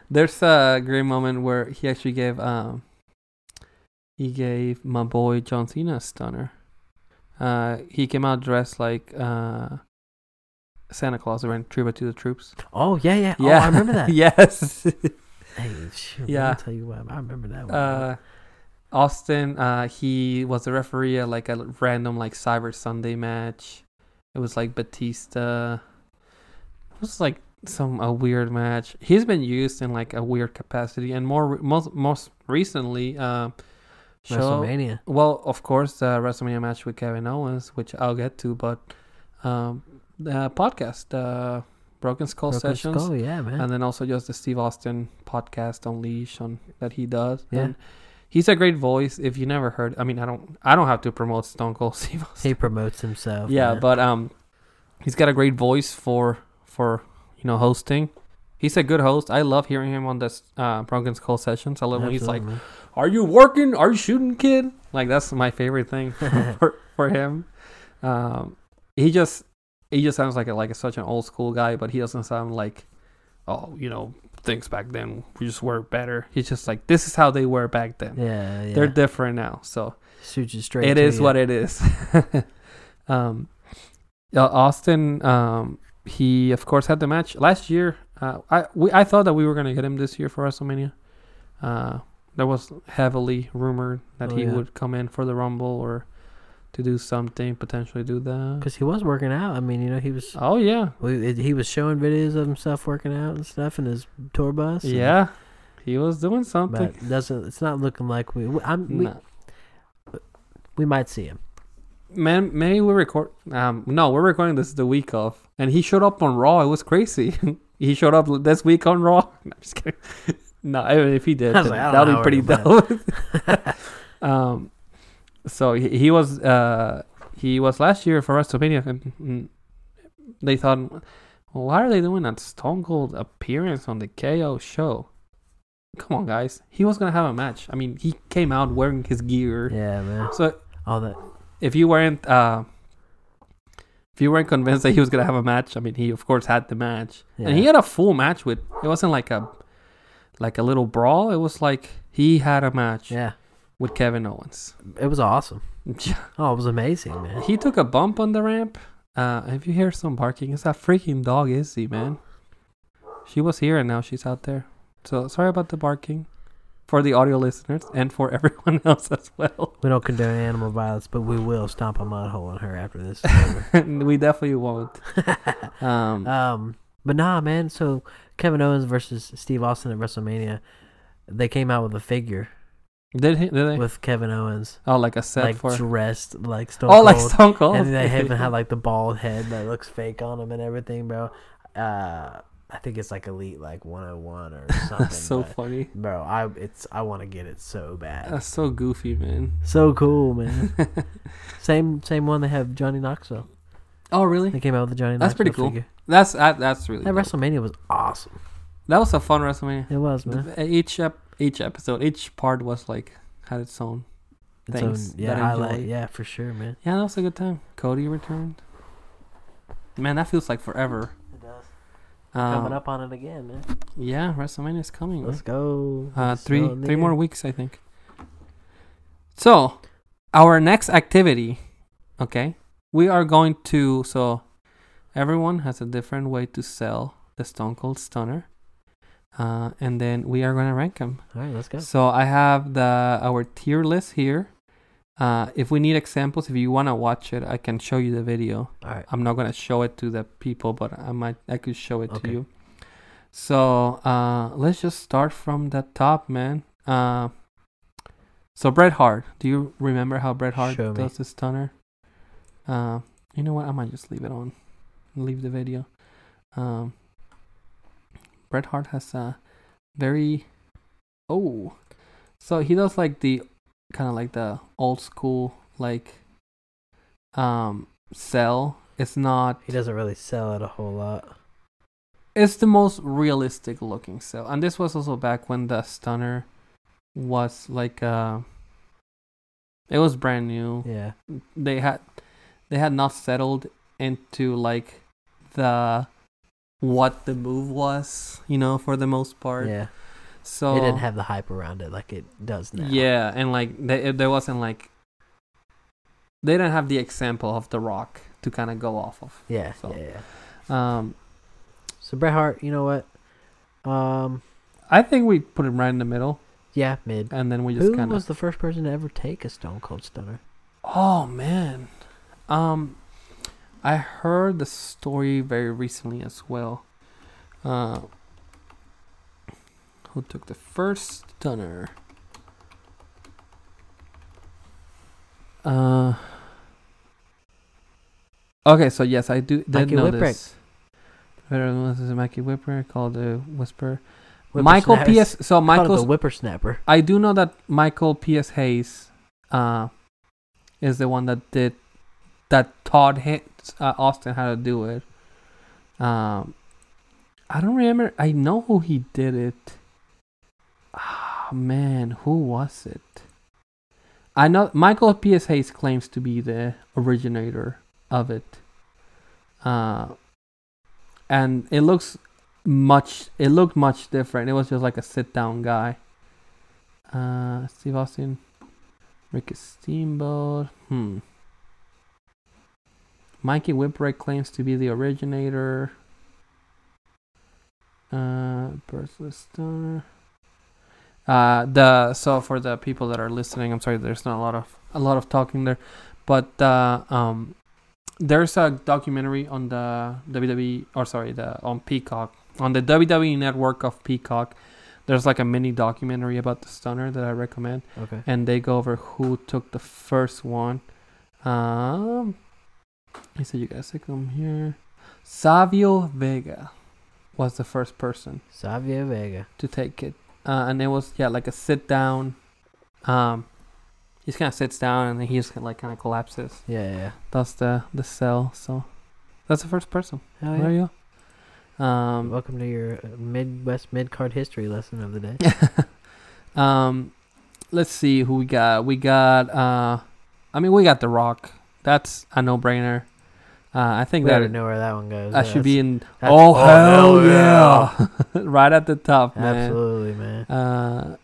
[SPEAKER 1] There's a great moment where he actually gave um he gave my boy John Cena a stunner. Uh, he came out dressed like uh Santa Claus around tribute to the troops.
[SPEAKER 2] Oh yeah, yeah,
[SPEAKER 1] Yeah.
[SPEAKER 2] Oh, I remember that.
[SPEAKER 1] yes.
[SPEAKER 2] Hey, shoot, yeah.
[SPEAKER 1] Yeah.
[SPEAKER 2] I'll tell you what, I remember that one.
[SPEAKER 1] Uh, Austin, uh, he was the referee at like a random like Cyber Sunday match. It was like Batista. It was like some a weird match. He's been used in like a weird capacity, and more most most recently, uh, show
[SPEAKER 2] WrestleMania.
[SPEAKER 1] well of course the WrestleMania match with Kevin Owens, which I'll get to, but um, the podcast, uh, Broken Skull
[SPEAKER 2] Broken
[SPEAKER 1] Sessions
[SPEAKER 2] Skull, oh, yeah, man.
[SPEAKER 1] and then also just the Steve Austin podcast Unleash on that he does.
[SPEAKER 2] Yeah.
[SPEAKER 1] And he's a great voice. If you never heard, I mean, I don't, I don't have to promote Stone Cold Steve Austin.
[SPEAKER 2] he promotes himself.
[SPEAKER 1] yeah,
[SPEAKER 2] man.
[SPEAKER 1] but um, he's got a great voice for for you know hosting. He's a good host. I love hearing him on this uh, Broken Skull sessions. I love when he's like,
[SPEAKER 2] Absolutely, man.
[SPEAKER 1] "Are you working? Are you shooting, kid?" Like that's my favorite thing for for him. Um, he just he just sounds like a, like a, such an old school guy, but he doesn't sound like oh you know things back then we just were better. He's just like this is how they were back then.
[SPEAKER 2] yeah, yeah.
[SPEAKER 1] They're different now, so
[SPEAKER 2] Shoots you straight.
[SPEAKER 1] it is what it is. um, uh, Austin, um, he of course had the match last year. Uh, I we I thought that we were gonna get him this year for WrestleMania. Uh, there was heavily rumored that
[SPEAKER 2] Oh,
[SPEAKER 1] he
[SPEAKER 2] yeah.
[SPEAKER 1] would come in for the Rumble or to do something, potentially do that.
[SPEAKER 2] Because he was working out. I mean, you know, he was
[SPEAKER 1] Oh yeah,
[SPEAKER 2] we, it, he was showing videos of himself working out and stuff in his tour bus. and-
[SPEAKER 1] yeah, he was doing something.
[SPEAKER 2] But it doesn't it's not looking like we? we- I'm, we,
[SPEAKER 1] Nah.
[SPEAKER 2] we might see him.
[SPEAKER 1] Man, maybe we record. Um, no, we're recording this the week of, and he showed up on Raw. It was crazy. he showed up this week on Raw. No, I'm just kidding. no, I mean, if he did,
[SPEAKER 2] I was
[SPEAKER 1] then
[SPEAKER 2] like, I
[SPEAKER 1] that
[SPEAKER 2] don't
[SPEAKER 1] would
[SPEAKER 2] know
[SPEAKER 1] be pretty
[SPEAKER 2] how
[SPEAKER 1] dope. um, so he, he was uh he was last year for WrestleMania, and mm, they thought, well, why are they doing that Stone Cold appearance on the KO show? Come on, guys. He was gonna have a match. I mean, he came out wearing his gear.
[SPEAKER 2] Yeah, man.
[SPEAKER 1] So
[SPEAKER 2] All that.
[SPEAKER 1] if you weren't uh, if you weren't convinced that he was gonna have a match, I mean, he of course had the match, and he
[SPEAKER 2] Yeah.
[SPEAKER 1] had a full match with. It wasn't like a like a little brawl. It was like he had a match
[SPEAKER 2] Yeah.
[SPEAKER 1] with Kevin Owens.
[SPEAKER 2] It was awesome. Oh, it was amazing, man.
[SPEAKER 1] he took a bump on the ramp. Uh, if you hear some barking, it's that freaking dog Izzy, man. She was here and now she's out there. So sorry about the barking for the audio listeners and for everyone else as well.
[SPEAKER 2] We don't condone animal violence, but we will stomp a mud hole on her after this. is over.
[SPEAKER 1] we definitely won't. Um,
[SPEAKER 2] Um, but nah, man. So Kevin Owens versus Steve Austin at WrestleMania, they came out with a figure
[SPEAKER 1] did he, did they?
[SPEAKER 2] with Kevin Owens,
[SPEAKER 1] Oh, like a set
[SPEAKER 2] like
[SPEAKER 1] for.
[SPEAKER 2] dressed like Stone
[SPEAKER 1] Oh,
[SPEAKER 2] Cold,
[SPEAKER 1] like Stone Cold.
[SPEAKER 2] and they even had like the bald head that looks fake on him and everything, bro. Uh, I think it's like Elite like 101 or something.
[SPEAKER 1] That's so
[SPEAKER 2] but,
[SPEAKER 1] funny.
[SPEAKER 2] bro, I it's I want to get it so bad.
[SPEAKER 1] That's so goofy, man.
[SPEAKER 2] So cool, man. same same one they have Johnny Knoxville.
[SPEAKER 1] Oh,
[SPEAKER 2] They
[SPEAKER 1] really?
[SPEAKER 2] came out with the Johnny.
[SPEAKER 1] That's
[SPEAKER 2] Knoxville
[SPEAKER 1] pretty cool.
[SPEAKER 2] figure.
[SPEAKER 1] That's that, that's really.
[SPEAKER 2] That
[SPEAKER 1] dope.
[SPEAKER 2] WrestleMania was awesome.
[SPEAKER 1] That was a fun WrestleMania.
[SPEAKER 2] It was man.
[SPEAKER 1] The- Each ep- each episode, each part was like had its own.
[SPEAKER 2] Its
[SPEAKER 1] things
[SPEAKER 2] own- yeah,
[SPEAKER 1] that I
[SPEAKER 2] highlight.
[SPEAKER 1] enjoy.
[SPEAKER 2] Yeah, for sure, man.
[SPEAKER 1] Yeah, that was a good time. Cody returned. Man, that feels like forever.
[SPEAKER 2] It does.
[SPEAKER 1] Um,
[SPEAKER 2] Coming up on it again, man.
[SPEAKER 1] Yeah, WrestleMania is coming.
[SPEAKER 2] Let's go.
[SPEAKER 1] Uh,
[SPEAKER 2] It's
[SPEAKER 1] three
[SPEAKER 2] still in the
[SPEAKER 1] three more
[SPEAKER 2] air.
[SPEAKER 1] weeks, I think. So, our next activity, okay, we are going to. So, everyone has a different way to sell the Stone Cold Stunner, uh, and then we are going to rank them.
[SPEAKER 2] All right, let's go.
[SPEAKER 1] So I have the our tier list here. Uh, if we need examples, if you want to watch it, I can show you the video.
[SPEAKER 2] All right.
[SPEAKER 1] I'm not gonna show it to the people, but I might I could show it
[SPEAKER 2] Okay.
[SPEAKER 1] to you. So uh, let's just start from the top, man. Uh, so Bret Hart, do you remember how Bret Hart
[SPEAKER 2] Show me.
[SPEAKER 1] does the stunner? Uh, you know what? I might just leave it on, leave the video. Um, Bret Hart has a very oh, so he does like the kind of like the old school like um sell. It's not.
[SPEAKER 2] He doesn't really sell it a whole lot.
[SPEAKER 1] It's the most realistic looking sell, and this was also back when the stunner was like uh, it was brand new.
[SPEAKER 2] Yeah.
[SPEAKER 1] They had they had not settled into like the what the move was, you know, for the most part.
[SPEAKER 2] Yeah.
[SPEAKER 1] So
[SPEAKER 2] it didn't have the hype around it like it does now.
[SPEAKER 1] Yeah, and like they, there wasn't like they didn't have the example of the Rock to kind of go off of.
[SPEAKER 2] Yeah.
[SPEAKER 1] So-
[SPEAKER 2] Yeah. yeah.
[SPEAKER 1] Um,
[SPEAKER 2] So Bret Hart, you know what? Um.
[SPEAKER 1] I think we put him right in the middle,
[SPEAKER 2] Yeah. Mid.
[SPEAKER 1] and then we just
[SPEAKER 2] Who
[SPEAKER 1] kind of.
[SPEAKER 2] was the first person to ever take a Stone Cold Stunner?
[SPEAKER 1] Oh man, um, I heard the story very recently as well. Uh, who took the first stunner? Uh. Okay, so yes, I do did
[SPEAKER 2] Mikey
[SPEAKER 1] know
[SPEAKER 2] Whipwreck.
[SPEAKER 1] this. Veteran was Mikey Whipper called the Whisper. Michael P.S. So
[SPEAKER 2] Michael the
[SPEAKER 1] Michael's
[SPEAKER 2] Whippersnapper.
[SPEAKER 1] I do know that Michael P.S. Hayes uh, is the one that did that taught him, uh, Austin how to do it. Um, I don't remember. I know who he did it. Ah man, who was it? I know Michael P.S. Hayes claims to be the originator of it. Uh, and it looks much. It looked much different. It was just like a sit-down guy. Uh, Steve Austin, Ricky Steamboat. Hmm. Mikey Whipwreck claims to be the originator. Uh, Berthless Stunner. Uh, the so for the people that are listening, I'm sorry, there's not a lot of a lot of talking there, but uh, um, there's a documentary on the WWE or sorry, the on Peacock on the WWE network of Peacock. There's like a mini documentary about the stunner that I recommend
[SPEAKER 2] Okay.
[SPEAKER 1] and they go over who took the first one. Um, he said you guys click them here. Savio Vega was the first person
[SPEAKER 2] Savio Vega.
[SPEAKER 1] to take it, uh, and it was yeah like a sit down. Um, he just kind of sits down and then he just like kind of collapses.
[SPEAKER 2] Yeah. Yeah. yeah.
[SPEAKER 1] That's the the cell. So that's the first person.
[SPEAKER 2] Hell
[SPEAKER 1] There
[SPEAKER 2] yeah.
[SPEAKER 1] you go. Um,
[SPEAKER 2] Welcome to your uh, Midwest mid card history lesson of the day.
[SPEAKER 1] um, let's see who we got. We got. Uh, I mean, we got The Rock. That's a no-brainer. Uh, I think
[SPEAKER 2] we already
[SPEAKER 1] that
[SPEAKER 2] know where that one goes.
[SPEAKER 1] that
[SPEAKER 2] Yeah,
[SPEAKER 1] should be in.
[SPEAKER 2] that's-
[SPEAKER 1] Oh,
[SPEAKER 2] oh,
[SPEAKER 1] hell,
[SPEAKER 2] hell
[SPEAKER 1] yeah! right at the top, man.
[SPEAKER 2] Absolutely, man.
[SPEAKER 1] Uh,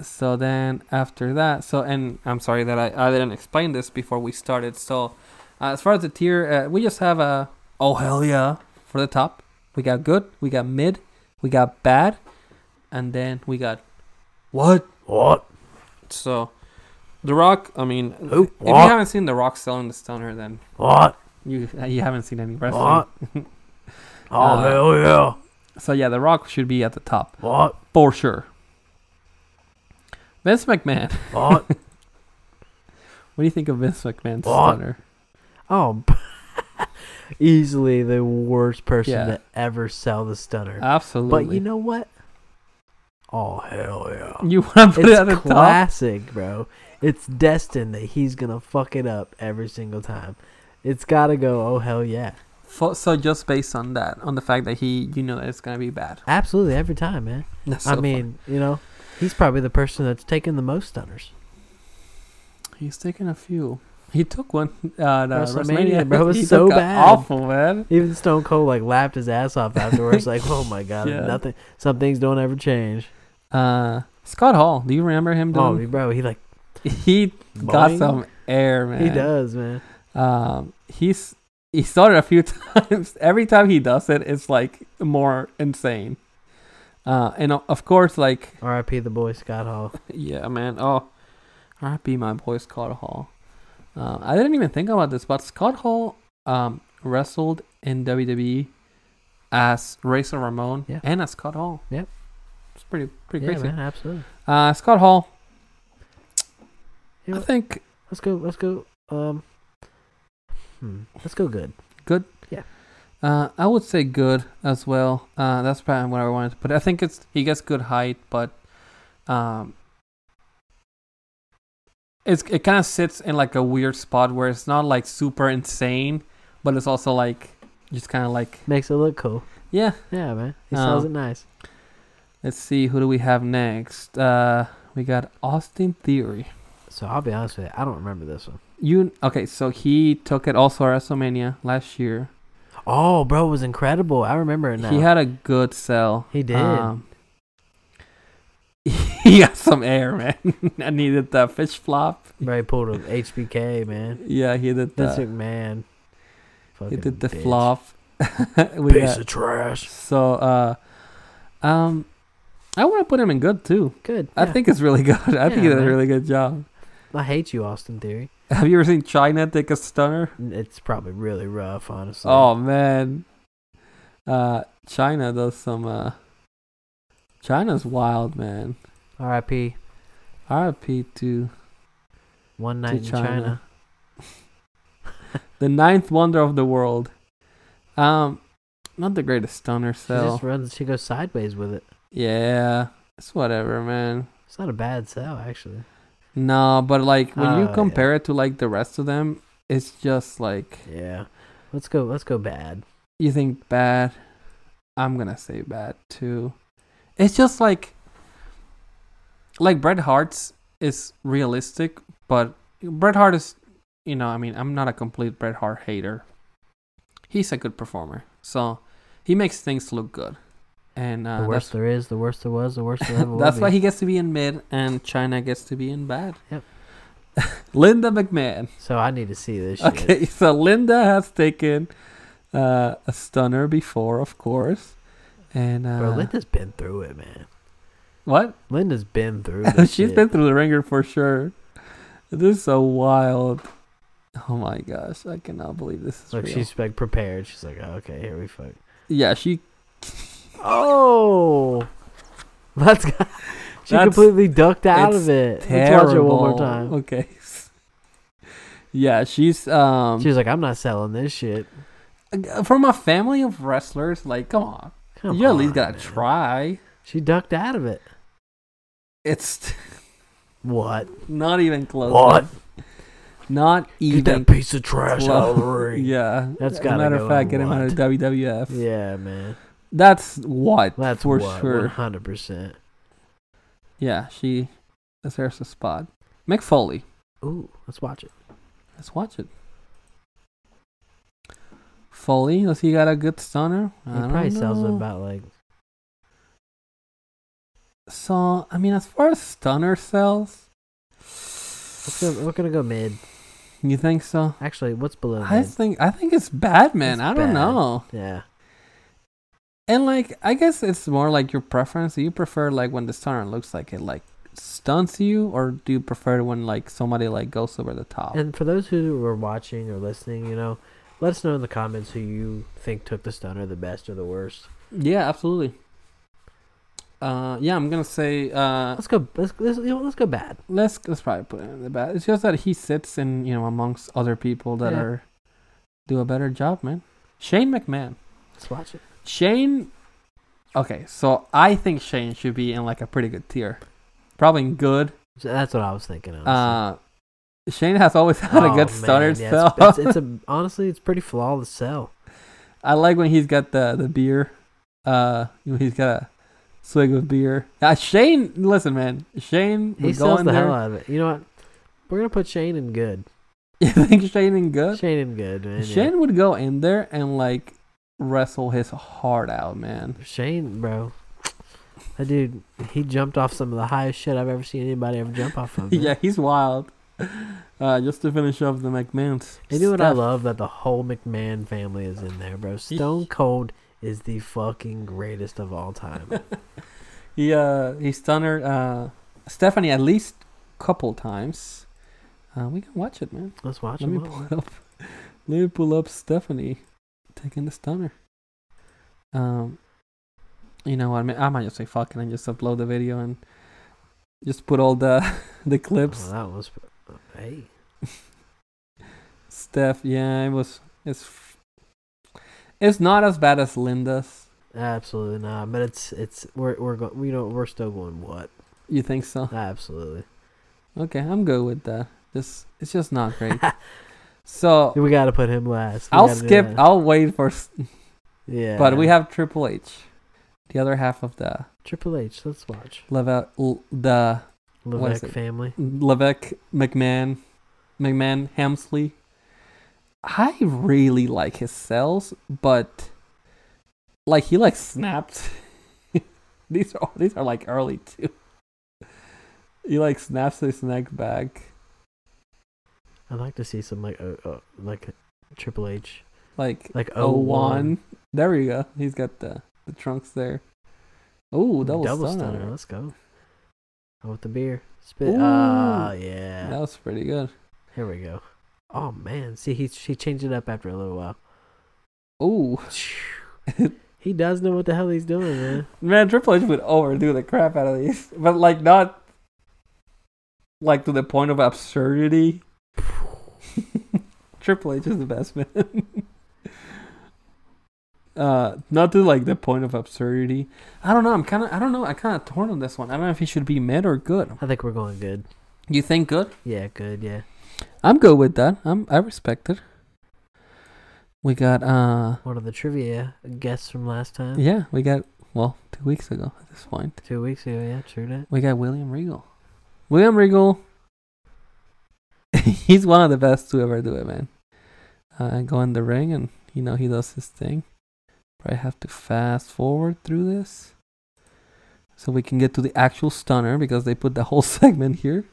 [SPEAKER 1] so then after that, so and I'm sorry that I, I didn't explain this before we started. So uh, as far as the tier, uh, we just have a oh hell yeah for the top. We got good, we got mid, we got bad, and then we got what
[SPEAKER 2] What?
[SPEAKER 1] so, The Rock. I mean,
[SPEAKER 2] Who?
[SPEAKER 1] if you
[SPEAKER 2] What?
[SPEAKER 1] haven't seen The Rock selling the stunner, then
[SPEAKER 2] What?
[SPEAKER 1] you you haven't seen any wrestling.
[SPEAKER 2] What? Oh,
[SPEAKER 1] Uh,
[SPEAKER 2] hell yeah.
[SPEAKER 1] So yeah, The Rock should be at the top
[SPEAKER 2] What?
[SPEAKER 1] for sure. Vince McMahon.
[SPEAKER 2] What?
[SPEAKER 1] What do you think of Vince McMahon's
[SPEAKER 2] What?
[SPEAKER 1] stunner?
[SPEAKER 2] oh, easily the worst person
[SPEAKER 1] Yeah.
[SPEAKER 2] to ever sell the stunner.
[SPEAKER 1] Absolutely.
[SPEAKER 2] but you know what? Oh, hell yeah.
[SPEAKER 1] you want to put it at the
[SPEAKER 2] It's
[SPEAKER 1] top?
[SPEAKER 2] classic, bro. It's destined that he's going to fuck it up every single time. It's got to go, oh, hell yeah.
[SPEAKER 1] Fo- so just based on that, on the fact that he, you know, it's gonna be bad.
[SPEAKER 2] Absolutely, every time, man.
[SPEAKER 1] That's so
[SPEAKER 2] I
[SPEAKER 1] fun.
[SPEAKER 2] mean, you know, he's probably the person that's taken the most stunners.
[SPEAKER 1] he's taking a few. He took one at uh,
[SPEAKER 2] WrestleMania,
[SPEAKER 1] WrestleMania,
[SPEAKER 2] bro, it was
[SPEAKER 1] He
[SPEAKER 2] so
[SPEAKER 1] took a-
[SPEAKER 2] bad.
[SPEAKER 1] awful man.
[SPEAKER 2] Even Stone Cold like laughed his ass off afterwards, like, "Oh my god,
[SPEAKER 1] Yeah.
[SPEAKER 2] nothing. Some things don't ever change."
[SPEAKER 1] Uh, Scott Hall, do you remember him?
[SPEAKER 2] Oh,
[SPEAKER 1] Doing?
[SPEAKER 2] bro, he like
[SPEAKER 1] he got
[SPEAKER 2] boing.
[SPEAKER 1] some air, man.
[SPEAKER 2] He does, man.
[SPEAKER 1] Um, he's he started a few times. Every time he does it, it's like more insane. Uh, and o- of course, like
[SPEAKER 2] R.I.P. the boy Scott Hall.
[SPEAKER 1] yeah, man. Oh, R.I.P. my boy Scott Hall. Um, I didn't even think about this, but Scott Hall um, wrestled in WWE as Razor Ramon
[SPEAKER 2] Yeah.
[SPEAKER 1] and as Scott Hall.
[SPEAKER 2] Yep.
[SPEAKER 1] it's pretty pretty
[SPEAKER 2] Yeah,
[SPEAKER 1] crazy.
[SPEAKER 2] man, absolutely.
[SPEAKER 1] Uh, Scott Hall.
[SPEAKER 2] You
[SPEAKER 1] I
[SPEAKER 2] know-
[SPEAKER 1] think
[SPEAKER 2] Let's go. Let's go. Um, hmm, let's go. Good.
[SPEAKER 1] Uh, I would say good as well. Uh, that's probably what I wanted to put. I think it's he gets good height, but um, it's it kind of sits in like a weird spot where it's not like super insane, but it's also like just kind of like
[SPEAKER 2] Makes it look cool.
[SPEAKER 1] yeah.
[SPEAKER 2] Yeah, man. He
[SPEAKER 1] Um,
[SPEAKER 2] sells it nice.
[SPEAKER 1] Let's see who do we have next. Uh, we got Austin Theory.
[SPEAKER 2] So I'll be honest with you. I don't remember this one.
[SPEAKER 1] You okay? So he took it also at WrestleMania last year.
[SPEAKER 2] Oh, bro, it was incredible. I remember it now.
[SPEAKER 1] He had um, a good sell.
[SPEAKER 2] He did.
[SPEAKER 1] he got some air, man. I needed that fish flop.
[SPEAKER 2] bro, he pulled a HBK, man.
[SPEAKER 1] Yeah, he did
[SPEAKER 2] Vince
[SPEAKER 1] that.
[SPEAKER 2] McMahon.
[SPEAKER 1] He
[SPEAKER 2] Fucking
[SPEAKER 1] did the
[SPEAKER 2] bitch.
[SPEAKER 1] flop. We
[SPEAKER 2] Piece
[SPEAKER 1] got-
[SPEAKER 2] of trash.
[SPEAKER 1] So, uh, um, I want to put him in good too.
[SPEAKER 2] Good.
[SPEAKER 1] I think it's really good. I think he
[SPEAKER 2] Yeah,
[SPEAKER 1] did a
[SPEAKER 2] man.
[SPEAKER 1] really good job.
[SPEAKER 2] I hate you, Austin Theory.
[SPEAKER 1] Have you ever seen China take a stunner?
[SPEAKER 2] It's probably really rough, honestly.
[SPEAKER 1] Oh man, uh, China does some. Uh, China's wild, man.
[SPEAKER 2] R.I.P.
[SPEAKER 1] RIP to
[SPEAKER 2] One night in
[SPEAKER 1] China.
[SPEAKER 2] China.
[SPEAKER 1] the ninth wonder of the world. Um, not the greatest stunner,
[SPEAKER 2] She
[SPEAKER 1] so
[SPEAKER 2] just runs. She goes sideways with it.
[SPEAKER 1] yeah, it's whatever, man.
[SPEAKER 2] It's not a bad sell, actually.
[SPEAKER 1] No, but like when
[SPEAKER 2] Oh,
[SPEAKER 1] you
[SPEAKER 2] yeah.
[SPEAKER 1] compare it to like the rest of them, it's just like
[SPEAKER 2] Yeah. Let's go. Let's go bad.
[SPEAKER 1] you think bad. I'm gonna say bad too. It's just like like Bret Hart's is realistic, but Bret Hart is you know, I mean, I'm not a complete Bret Hart hater. He's a good performer, so he makes things look good, and uh,
[SPEAKER 2] the worse
[SPEAKER 1] that's
[SPEAKER 2] there is, the worse there was, the worse there ever will
[SPEAKER 1] that's
[SPEAKER 2] be.
[SPEAKER 1] why he gets to be in mid, and China gets to be in bad.
[SPEAKER 2] Yep.
[SPEAKER 1] Linda McMahon.
[SPEAKER 2] So I need to see this shit.
[SPEAKER 1] Okay, so Linda has taken uh, a stunner before, of course, and uh,
[SPEAKER 2] Bro, Linda's been through it, man.
[SPEAKER 1] what?
[SPEAKER 2] Linda's been through
[SPEAKER 1] She's
[SPEAKER 2] this shit.
[SPEAKER 1] been through the ringer for sure. This is so wild. Oh my gosh, I cannot believe this is
[SPEAKER 2] Like
[SPEAKER 1] real.
[SPEAKER 2] she's like prepared. She's like, oh, okay, here we fuck.
[SPEAKER 1] yeah, she
[SPEAKER 2] Oh, let's go. She
[SPEAKER 1] That's
[SPEAKER 2] completely ducked out
[SPEAKER 1] it's
[SPEAKER 2] of it.
[SPEAKER 1] terrible.
[SPEAKER 2] Let's watch it one more time.
[SPEAKER 1] Okay. yeah, she's um uh,
[SPEAKER 2] She was like, I'm not selling this shit.
[SPEAKER 1] from a family of wrestlers. Like, come on,
[SPEAKER 2] Come
[SPEAKER 1] you at least
[SPEAKER 2] on,
[SPEAKER 1] gotta
[SPEAKER 2] man.
[SPEAKER 1] try.
[SPEAKER 2] She ducked out of it.
[SPEAKER 1] It's
[SPEAKER 2] What?
[SPEAKER 1] not even close.
[SPEAKER 2] What?
[SPEAKER 1] Not
[SPEAKER 2] Get
[SPEAKER 1] even
[SPEAKER 2] that piece of trash out of the ring.
[SPEAKER 1] Yeah.
[SPEAKER 2] That's
[SPEAKER 1] As a
[SPEAKER 2] gotta
[SPEAKER 1] matter of
[SPEAKER 2] go
[SPEAKER 1] fact,
[SPEAKER 2] on
[SPEAKER 1] get him out of
[SPEAKER 2] what?
[SPEAKER 1] WWF.
[SPEAKER 2] Yeah, man.
[SPEAKER 1] That's what.
[SPEAKER 2] That's
[SPEAKER 1] for
[SPEAKER 2] what,
[SPEAKER 1] sure.
[SPEAKER 2] 100%.
[SPEAKER 1] Yeah, she deserves a spot. Mick Foley.
[SPEAKER 2] Ooh, let's watch it.
[SPEAKER 1] Let's watch it. Foley, does he got a good stunner?
[SPEAKER 2] He
[SPEAKER 1] I don't
[SPEAKER 2] probably sells it
[SPEAKER 1] know.
[SPEAKER 2] about like
[SPEAKER 1] So, I mean, as far as stunner sells,
[SPEAKER 2] Let's go, we're gonna go mid.
[SPEAKER 1] you think so?
[SPEAKER 2] Actually, what's below
[SPEAKER 1] I
[SPEAKER 2] mid?
[SPEAKER 1] think I think it's bad, man.
[SPEAKER 2] Oh, It's
[SPEAKER 1] I don't
[SPEAKER 2] bad.
[SPEAKER 1] know.
[SPEAKER 2] Yeah,
[SPEAKER 1] And like, I guess it's more like your preference. Do you prefer like when the stunner looks like it like stuns you, or do you prefer when like somebody like goes over the top?
[SPEAKER 2] and for those who were watching or listening, you know, let us know in the comments who you think took the stunner the best or the worst.
[SPEAKER 1] yeah, absolutely. Uh, yeah, I'm gonna say uh,
[SPEAKER 2] Let's go. Let's let's, you know, let's go bad.
[SPEAKER 1] let's let's probably put it in the bad. It's just that he sits in you know amongst other people that
[SPEAKER 2] Yeah.
[SPEAKER 1] are do a better job, man. Shane McMahon,
[SPEAKER 2] Let's watch it.
[SPEAKER 1] Shane. Okay, so I think Shane should be in like a pretty good tier, probably in good.
[SPEAKER 2] So that's what I was thinking. Honestly.
[SPEAKER 1] Uh, Shane has always had a
[SPEAKER 2] Oh,
[SPEAKER 1] good
[SPEAKER 2] man,
[SPEAKER 1] stunner
[SPEAKER 2] yeah,
[SPEAKER 1] spell.
[SPEAKER 2] It's, it's, it's a honestly, it's pretty flawless sell.
[SPEAKER 1] I like when he's got the the beer. Uh, you know, he's got a swig of beer. Now, Shane, listen, man, Shane
[SPEAKER 2] He
[SPEAKER 1] would go
[SPEAKER 2] sells
[SPEAKER 1] in
[SPEAKER 2] the
[SPEAKER 1] there.
[SPEAKER 2] hell out of it. You know what? We're gonna put Shane in good.
[SPEAKER 1] You think Shane and good?
[SPEAKER 2] Shane in good, man. yeah.
[SPEAKER 1] Shane would go in there and like wrestle his heart out, man.
[SPEAKER 2] Shane, bro. That dude, he jumped off some of the highest shit I've ever seen anybody ever jump off of. man.
[SPEAKER 1] yeah, he's wild. Uh, just to finish off the McMahon's.
[SPEAKER 2] And you know what I
[SPEAKER 1] stuff.
[SPEAKER 2] love? That the whole McMahon family is in there, bro. Stone Cold is the fucking greatest of all time.
[SPEAKER 1] He uh he stunned her, uh Stephanie at least couple times. Uh, we can watch it, man.
[SPEAKER 2] Let's watch
[SPEAKER 1] Let me
[SPEAKER 2] him.
[SPEAKER 1] pull it up. Let me pull up Stephanie taking the stunner. Um, you know what? I, mean, I might just say fuck it and just upload the video and just put all the the clips.
[SPEAKER 2] Oh, that was. Hey.
[SPEAKER 1] Steph, yeah, it was. It's f- it's not as bad as Linda's.
[SPEAKER 2] Absolutely not, but it's it's we're we're going we don't we're still going what
[SPEAKER 1] You think so?
[SPEAKER 2] absolutely
[SPEAKER 1] Okay, I'm good with that. This it's just not great. so
[SPEAKER 2] we got to put him last. We
[SPEAKER 1] I'll
[SPEAKER 2] gotta do
[SPEAKER 1] skip.
[SPEAKER 2] that.
[SPEAKER 1] I'll wait for. s-
[SPEAKER 2] yeah,
[SPEAKER 1] But we have Triple H, the other half of the
[SPEAKER 2] Triple H. Let's watch
[SPEAKER 1] Leve- L- the What is
[SPEAKER 2] Levesque
[SPEAKER 1] it?
[SPEAKER 2] family.
[SPEAKER 1] Levesque McMahon, McMahon Hamsley. I really like his cells, but like he like snapped. these are these are like early too. He like snaps his neck back,
[SPEAKER 2] I'd like to see some like oh, oh, like Triple H
[SPEAKER 1] like
[SPEAKER 2] like
[SPEAKER 1] oh
[SPEAKER 2] one
[SPEAKER 1] one. There we go. He's got the the trunks there. Oh, double, stunner.
[SPEAKER 2] Let's go. Oh, with the beer spit.
[SPEAKER 1] Ooh.
[SPEAKER 2] Ah, yeah.
[SPEAKER 1] That was pretty good.
[SPEAKER 2] Here we go. Oh man, see he he changed it up after a little while.
[SPEAKER 1] Ooh,
[SPEAKER 2] He does know what the hell he's doing, man.
[SPEAKER 1] man, Triple H would overdo the crap out of these, but like not like to the point of absurdity. Triple H is the best man. uh, not to like the point of absurdity. I don't know. I'm kind of. I don't know. I kind of torn on this one. I don't know if he should be mid or good.
[SPEAKER 2] I think we're going good.
[SPEAKER 1] You think good?
[SPEAKER 2] Yeah, good. Yeah.
[SPEAKER 1] I'm good with that. I'm. I respect it. We got uh.
[SPEAKER 2] One of the trivia guests from last time.
[SPEAKER 1] Yeah, we got well two weeks ago at this point.
[SPEAKER 2] Two weeks ago, yeah, true that.
[SPEAKER 1] We got William Regal. William Regal. he's one of the best to ever do it, man. Uh, and go in the ring, and you know he does his thing. Probably have to fast forward through this, so we can get to the actual stunner because they put the whole segment here.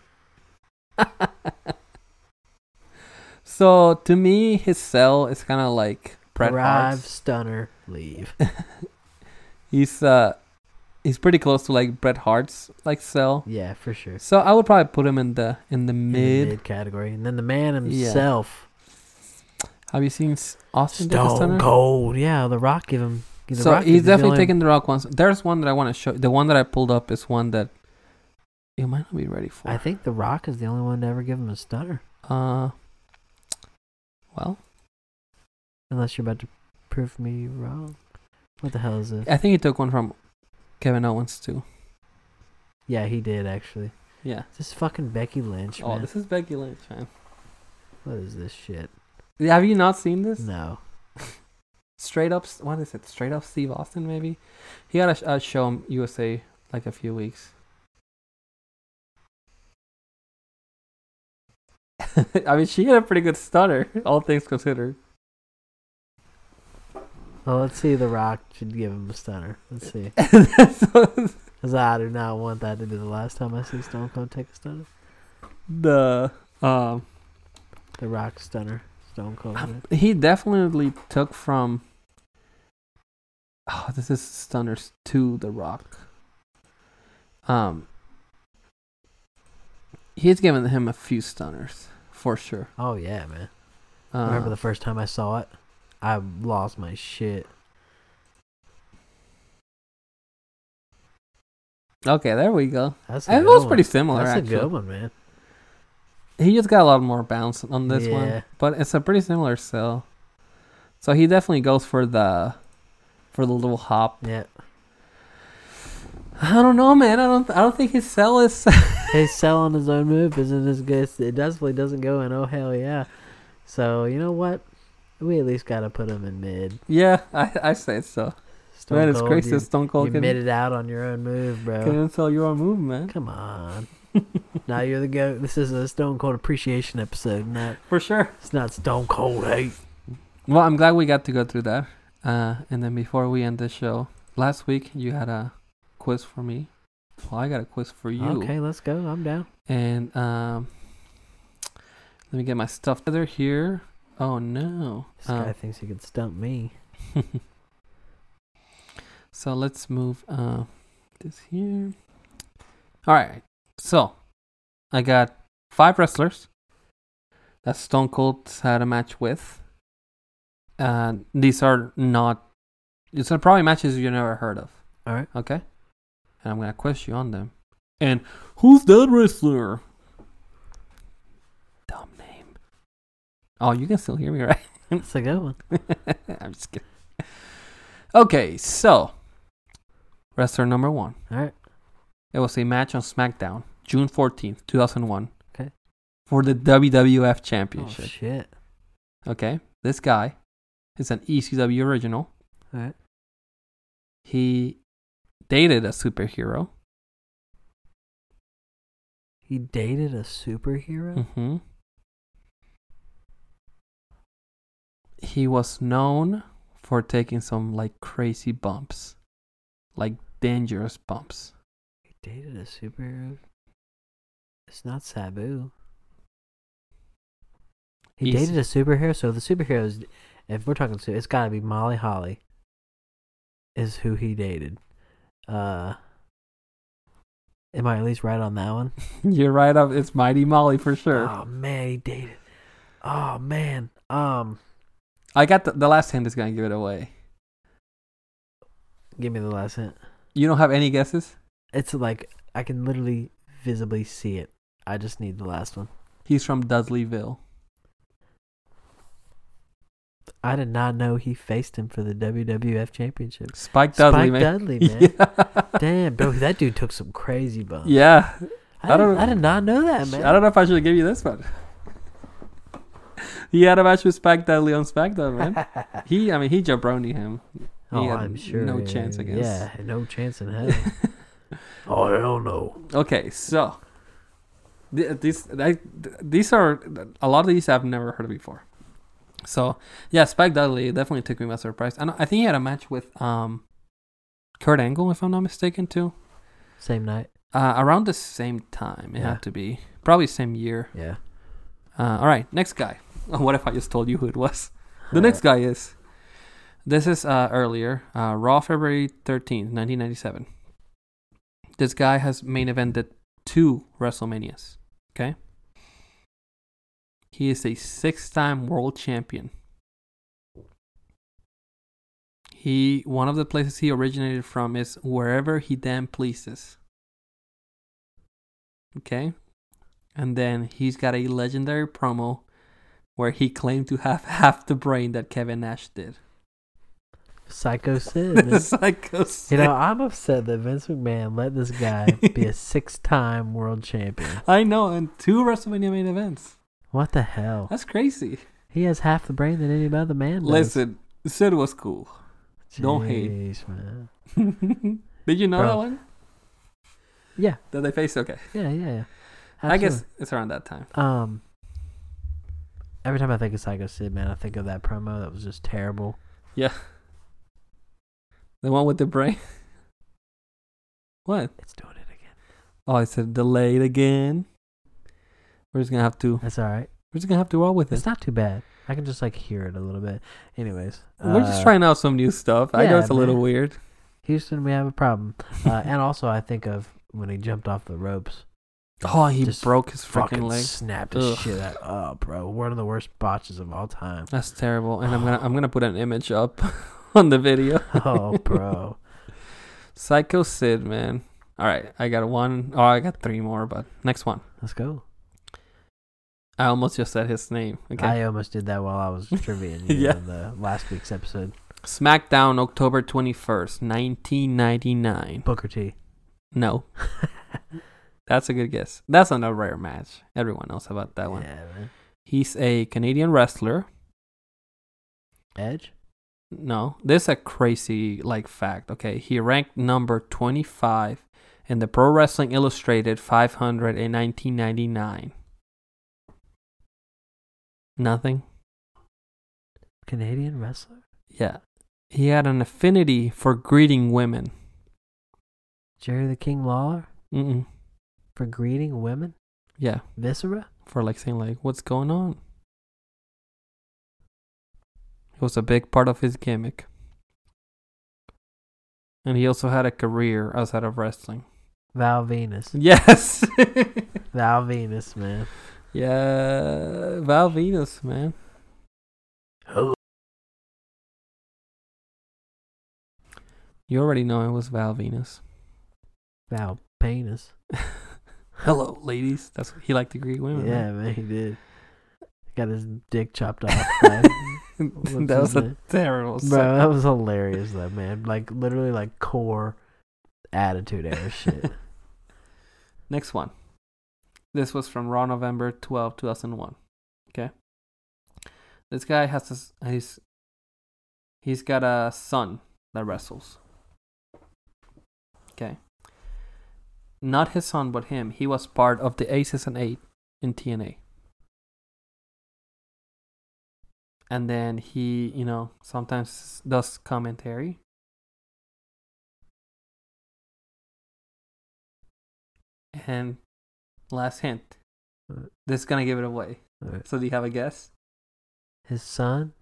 [SPEAKER 1] so to me, his cell is kind of like Bret
[SPEAKER 2] Arrive,
[SPEAKER 1] Hart's.
[SPEAKER 2] stunner, leave.
[SPEAKER 1] He's uh, he's pretty close to like Bret Hart's like cell.
[SPEAKER 2] Yeah, for sure.
[SPEAKER 1] So I would probably put him in the in the
[SPEAKER 2] In the
[SPEAKER 1] mid.
[SPEAKER 2] mid category. And then the man
[SPEAKER 1] Yeah.
[SPEAKER 2] himself.
[SPEAKER 1] Have you seen S- Austin take a
[SPEAKER 2] Stone
[SPEAKER 1] stunner?
[SPEAKER 2] Cold. Yeah, the rock give him the
[SPEAKER 1] So
[SPEAKER 2] Rock
[SPEAKER 1] he's
[SPEAKER 2] is the
[SPEAKER 1] definitely
[SPEAKER 2] only-
[SPEAKER 1] taking the rock ones. There's one that I want to show. The one that I pulled up is one that you might not be ready for.
[SPEAKER 2] I think the rock is the only one to ever give him a stunner.
[SPEAKER 1] Uh, well,
[SPEAKER 2] Unless you're about to prove me wrong. What the hell is this?
[SPEAKER 1] I think he took one from Kevin Owens too.
[SPEAKER 2] Yeah, he did actually.
[SPEAKER 1] Yeah.
[SPEAKER 2] This is fucking Becky Lynch,
[SPEAKER 1] Oh,
[SPEAKER 2] man.
[SPEAKER 1] this is Becky Lynch, man.
[SPEAKER 2] What is this shit?
[SPEAKER 1] Have you not seen this?
[SPEAKER 2] No.
[SPEAKER 1] Straight up, S- what is it? Straight up Steve Austin, maybe. He got to uh, show him USA like a few weeks. I mean, she had a pretty good stutter, all things considered.
[SPEAKER 2] Well, let's see. The Rock should give him a stunner. Let's see.
[SPEAKER 1] So,
[SPEAKER 2] Because I do not want that to be the last time I see Stone Cold take a stunner.
[SPEAKER 1] the um,
[SPEAKER 2] The Rock stunner. Stone Cold. man.
[SPEAKER 1] he definitely took from. Oh, this is stunners to the Rock. Um, he's given him a few stunners for sure.
[SPEAKER 2] Oh, yeah, man.
[SPEAKER 1] Uh,
[SPEAKER 2] Remember the first time I saw it? I lost my shit.
[SPEAKER 1] Uh, Okay, there we go.
[SPEAKER 2] That's a
[SPEAKER 1] It
[SPEAKER 2] good
[SPEAKER 1] was
[SPEAKER 2] one.
[SPEAKER 1] pretty similar,
[SPEAKER 2] That's
[SPEAKER 1] actually.
[SPEAKER 2] a good one, man.
[SPEAKER 1] He just got a lot more bounce on this
[SPEAKER 2] Yeah.
[SPEAKER 1] one, but it's a pretty similar cell. So he definitely goes for the for the little hop.
[SPEAKER 2] Yeah.
[SPEAKER 1] I don't know, man. I don't. I don't think his cell is.
[SPEAKER 2] His selling his own move isn't as good. It definitely doesn't go in. Oh, hell yeah. So, you know what? we at least gotta put him in mid.
[SPEAKER 1] Yeah, I, I say so.
[SPEAKER 2] Stone
[SPEAKER 1] man, it's
[SPEAKER 2] Cold,
[SPEAKER 1] crazy
[SPEAKER 2] You,
[SPEAKER 1] that Stone
[SPEAKER 2] you
[SPEAKER 1] Cold can,
[SPEAKER 2] mid it out on your own move, bro.
[SPEAKER 1] can sell your own move, man.
[SPEAKER 2] Come on. now you're the goat. This is a Stone Cold appreciation episode, not
[SPEAKER 1] For sure.
[SPEAKER 2] it's not Stone Cold hate.
[SPEAKER 1] Well, I'm glad we got to go through that. Uh, and then before we end the show, last week you had a quiz for me. Well, I got a quiz for you.
[SPEAKER 2] Okay, let's go. I'm down.
[SPEAKER 1] And um, let me get my stuff together here. Oh no.
[SPEAKER 2] This
[SPEAKER 1] Um,
[SPEAKER 2] guy thinks he could stump me.
[SPEAKER 1] so let's move uh, this here. All right. So I got five wrestlers that Stone Cold had a match with. Uh, these are not. It's are probably matches you never heard of.
[SPEAKER 2] All right.
[SPEAKER 1] Okay. And I'm gonna quiz you on them. And who's that wrestler? Dumb name. Oh, you can still hear me, right?
[SPEAKER 2] That's a good one.
[SPEAKER 1] I'm just kidding. Okay, so wrestler number one.
[SPEAKER 2] All right.
[SPEAKER 1] It was a match on SmackDown, June fourteenth, two thousand one.
[SPEAKER 2] Okay.
[SPEAKER 1] For the WWF
[SPEAKER 2] Oh
[SPEAKER 1] Championship.
[SPEAKER 2] shit.
[SPEAKER 1] okay. This guy is an ECW original.
[SPEAKER 2] All right.
[SPEAKER 1] He dated a superhero.
[SPEAKER 2] He dated a superhero.
[SPEAKER 1] Mm-hmm. He was known for taking some like crazy bumps, like dangerous bumps.
[SPEAKER 2] He dated a superhero. It's not Sabu. He
[SPEAKER 1] He's-
[SPEAKER 2] dated a superhero, so the superheroes, if we're talking to, it's got to be Molly Holly. Is who he dated. Uh, am I at least right on that one?
[SPEAKER 1] You're right up. It's Mighty Molly for sure.
[SPEAKER 2] Oh man, he dated. Oh man, um,
[SPEAKER 1] I got the, the last hint is gonna give it away.
[SPEAKER 2] give me the last hint.
[SPEAKER 1] You don't have any guesses.
[SPEAKER 2] It's like I can literally visibly see it. I just need the last one.
[SPEAKER 1] He's from Dudleyville.
[SPEAKER 2] I did not know he faced him for the WWF Championship.
[SPEAKER 1] Spike Dudley,
[SPEAKER 2] Spike
[SPEAKER 1] man.
[SPEAKER 2] Dudley, man.
[SPEAKER 1] Yeah.
[SPEAKER 2] Damn, bro, that dude took some crazy bumps.
[SPEAKER 1] Yeah.
[SPEAKER 2] I,
[SPEAKER 1] I
[SPEAKER 2] did,
[SPEAKER 1] don't-
[SPEAKER 2] I did not know that, man.
[SPEAKER 1] I don't know if I should give you this one. he had a match with Spike Dudley on SmackDown, man. he, I mean, he jabroni him.
[SPEAKER 2] oh,
[SPEAKER 1] had
[SPEAKER 2] I'm sure.
[SPEAKER 1] no chance against-
[SPEAKER 2] Yeah, no chance in hell. oh, hell no.
[SPEAKER 1] Okay, so th- these I, th- these are a lot of these I've never heard of before. So yeah, Spike Dudley definitely took me by surprise. And I think he had a match with um, Kurt Angle, if I'm not mistaken, too.
[SPEAKER 2] Same night.
[SPEAKER 1] Uh, around the same time, it
[SPEAKER 2] Yeah.
[SPEAKER 1] had to be probably same year.
[SPEAKER 2] Yeah.
[SPEAKER 1] Uh, all right, next guy. What if I just told you who it was? The next guy is. This is uh, earlier, uh, Raw, February thirteenth, nineteen ninety seven. This guy has main evented two WrestleManias. Okay. He is a six time world champion. He one of the places he originated from is wherever he damn pleases. Okay. And then he's got a legendary promo where he claimed to have half the brain that Kevin Nash did.
[SPEAKER 2] Uh, Psycho Sid. man.
[SPEAKER 1] Psycho
[SPEAKER 2] You
[SPEAKER 1] Sid.
[SPEAKER 2] know, I'm upset that Vince McMahon let this guy be a six time world champion.
[SPEAKER 1] I know, and two WrestleMania main events.
[SPEAKER 2] What the hell?
[SPEAKER 1] That's crazy.
[SPEAKER 2] He has half the brain that any other man does.
[SPEAKER 1] Listen, Sid was cool. don't hate.
[SPEAKER 2] Jeez, Man.
[SPEAKER 1] did you know
[SPEAKER 2] Bro.
[SPEAKER 1] that one?
[SPEAKER 2] Yeah,
[SPEAKER 1] That they faced? Okay.
[SPEAKER 2] yeah, yeah, yeah.
[SPEAKER 1] I guess it's around that time.
[SPEAKER 2] Um, every time I think of Psycho Sid, man, I think of that promo that was just terrible.
[SPEAKER 1] The one with the brain. what?
[SPEAKER 2] It's doing it again.
[SPEAKER 1] Oh, I said delayed again. We're just gonna have to.
[SPEAKER 2] That's all right.
[SPEAKER 1] We're just gonna have to roll with it.
[SPEAKER 2] It's not too bad. I can just like hear it a little bit. Anyways,
[SPEAKER 1] We're just
[SPEAKER 2] uh,
[SPEAKER 1] trying out some new stuff. I know
[SPEAKER 2] yeah,
[SPEAKER 1] it's a little
[SPEAKER 2] man.
[SPEAKER 1] weird.
[SPEAKER 2] Houston, we have a problem. Uh, and also, I think of when he jumped off the ropes,
[SPEAKER 1] Oh, he
[SPEAKER 2] Just
[SPEAKER 1] broke his
[SPEAKER 2] fucking
[SPEAKER 1] freaking leg.
[SPEAKER 2] snapped his
[SPEAKER 1] Ugh.
[SPEAKER 2] shit out. Oh, bro, one of the worst botches of all time.
[SPEAKER 1] That's terrible. And I'm gonna I'm gonna put an image up on the video.
[SPEAKER 2] Oh, bro.
[SPEAKER 1] Psycho Sid, man. All right, I got one. Oh, I got three more, but next one.
[SPEAKER 2] Let's go.
[SPEAKER 1] I almost just said his name. Okay.
[SPEAKER 2] I almost did that while I was triviaing you
[SPEAKER 1] Yeah.
[SPEAKER 2] in the last week's episode.
[SPEAKER 1] SmackDown, October twenty first, nineteen ninety nine.
[SPEAKER 2] Booker T.
[SPEAKER 1] No, that's a good guess. That's not a rare match. Everyone knows about that one.
[SPEAKER 2] Yeah, man.
[SPEAKER 1] He's a Canadian wrestler.
[SPEAKER 2] Edge?
[SPEAKER 1] No, this is a crazy like fact. Okay, he ranked number 25 in the Pro Wrestling Illustrated 500 in 1999. Nothing.
[SPEAKER 2] Canadian wrestler?
[SPEAKER 1] Yeah, he had an affinity for greeting women.
[SPEAKER 2] Jerry the King Lawler?
[SPEAKER 1] Mm-mm.
[SPEAKER 2] For greeting women?
[SPEAKER 1] Yeah,
[SPEAKER 2] Viscera?
[SPEAKER 1] for like saying like, "What's going on?" It was a big part of his gimmick. And he also had a career outside of wrestling.
[SPEAKER 2] Val Venus.
[SPEAKER 1] Yes.
[SPEAKER 2] Val Venus, man.
[SPEAKER 1] Yeah, Val Venus, man.
[SPEAKER 2] Who?
[SPEAKER 1] You already know it was Val Venus.
[SPEAKER 2] Val Penis.
[SPEAKER 1] Hello, ladies. That's what he liked to greet women.
[SPEAKER 2] yeah,
[SPEAKER 1] right?
[SPEAKER 2] man, he did. Got his dick chopped off. by- what's
[SPEAKER 1] that was
[SPEAKER 2] his
[SPEAKER 1] a
[SPEAKER 2] name?
[SPEAKER 1] terrible.
[SPEAKER 2] Bro, that was hilarious, though, man. Like, literally, like, core attitude era shit.
[SPEAKER 1] Next one. This was from Raw November 12, 2001. Okay. This guy has this, he's he's got a son that wrestles. Okay. Not his son, but him. He was part of the Aces and Eight in TNA. And then he, you know, sometimes does commentary. And last hint.
[SPEAKER 2] Alright.
[SPEAKER 1] This is gonna give it away.
[SPEAKER 2] Alright.
[SPEAKER 1] So do you have a guess?
[SPEAKER 2] His son?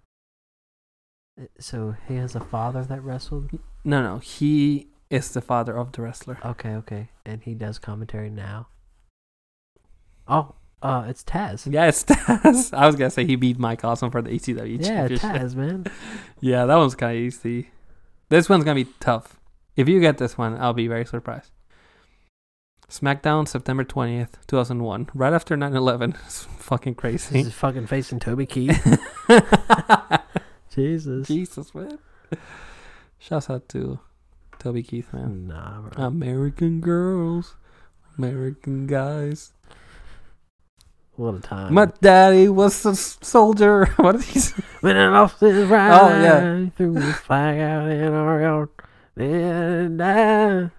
[SPEAKER 2] So he has a father that wrestled?
[SPEAKER 1] No, no. He is the father of the wrestler.
[SPEAKER 2] Okay, okay. And he does commentary now. Oh, uh, it's Taz.
[SPEAKER 1] Yes, Taz. I was gonna say he beat Mike Awesome for the ECW
[SPEAKER 2] Yeah,
[SPEAKER 1] championship.
[SPEAKER 2] Taz, man.
[SPEAKER 1] Yeah, that one's kind of easy. This one's gonna be tough. If you get this one, I'll be very surprised. SmackDown, September twentieth, two thousand one, right after 9-11. It's fucking
[SPEAKER 2] This
[SPEAKER 1] crazy.
[SPEAKER 2] is fucking facing Toby Keith. Jesus.
[SPEAKER 1] Jesus, man. Shouts out to Toby Keith, man.
[SPEAKER 2] Nah, bro.
[SPEAKER 1] American girls, American guys.
[SPEAKER 2] what a time.
[SPEAKER 1] My daddy was a s- soldier. what did he say?
[SPEAKER 2] When an officer ride
[SPEAKER 1] Oh, yeah.
[SPEAKER 2] through the flag out in Oregon. And I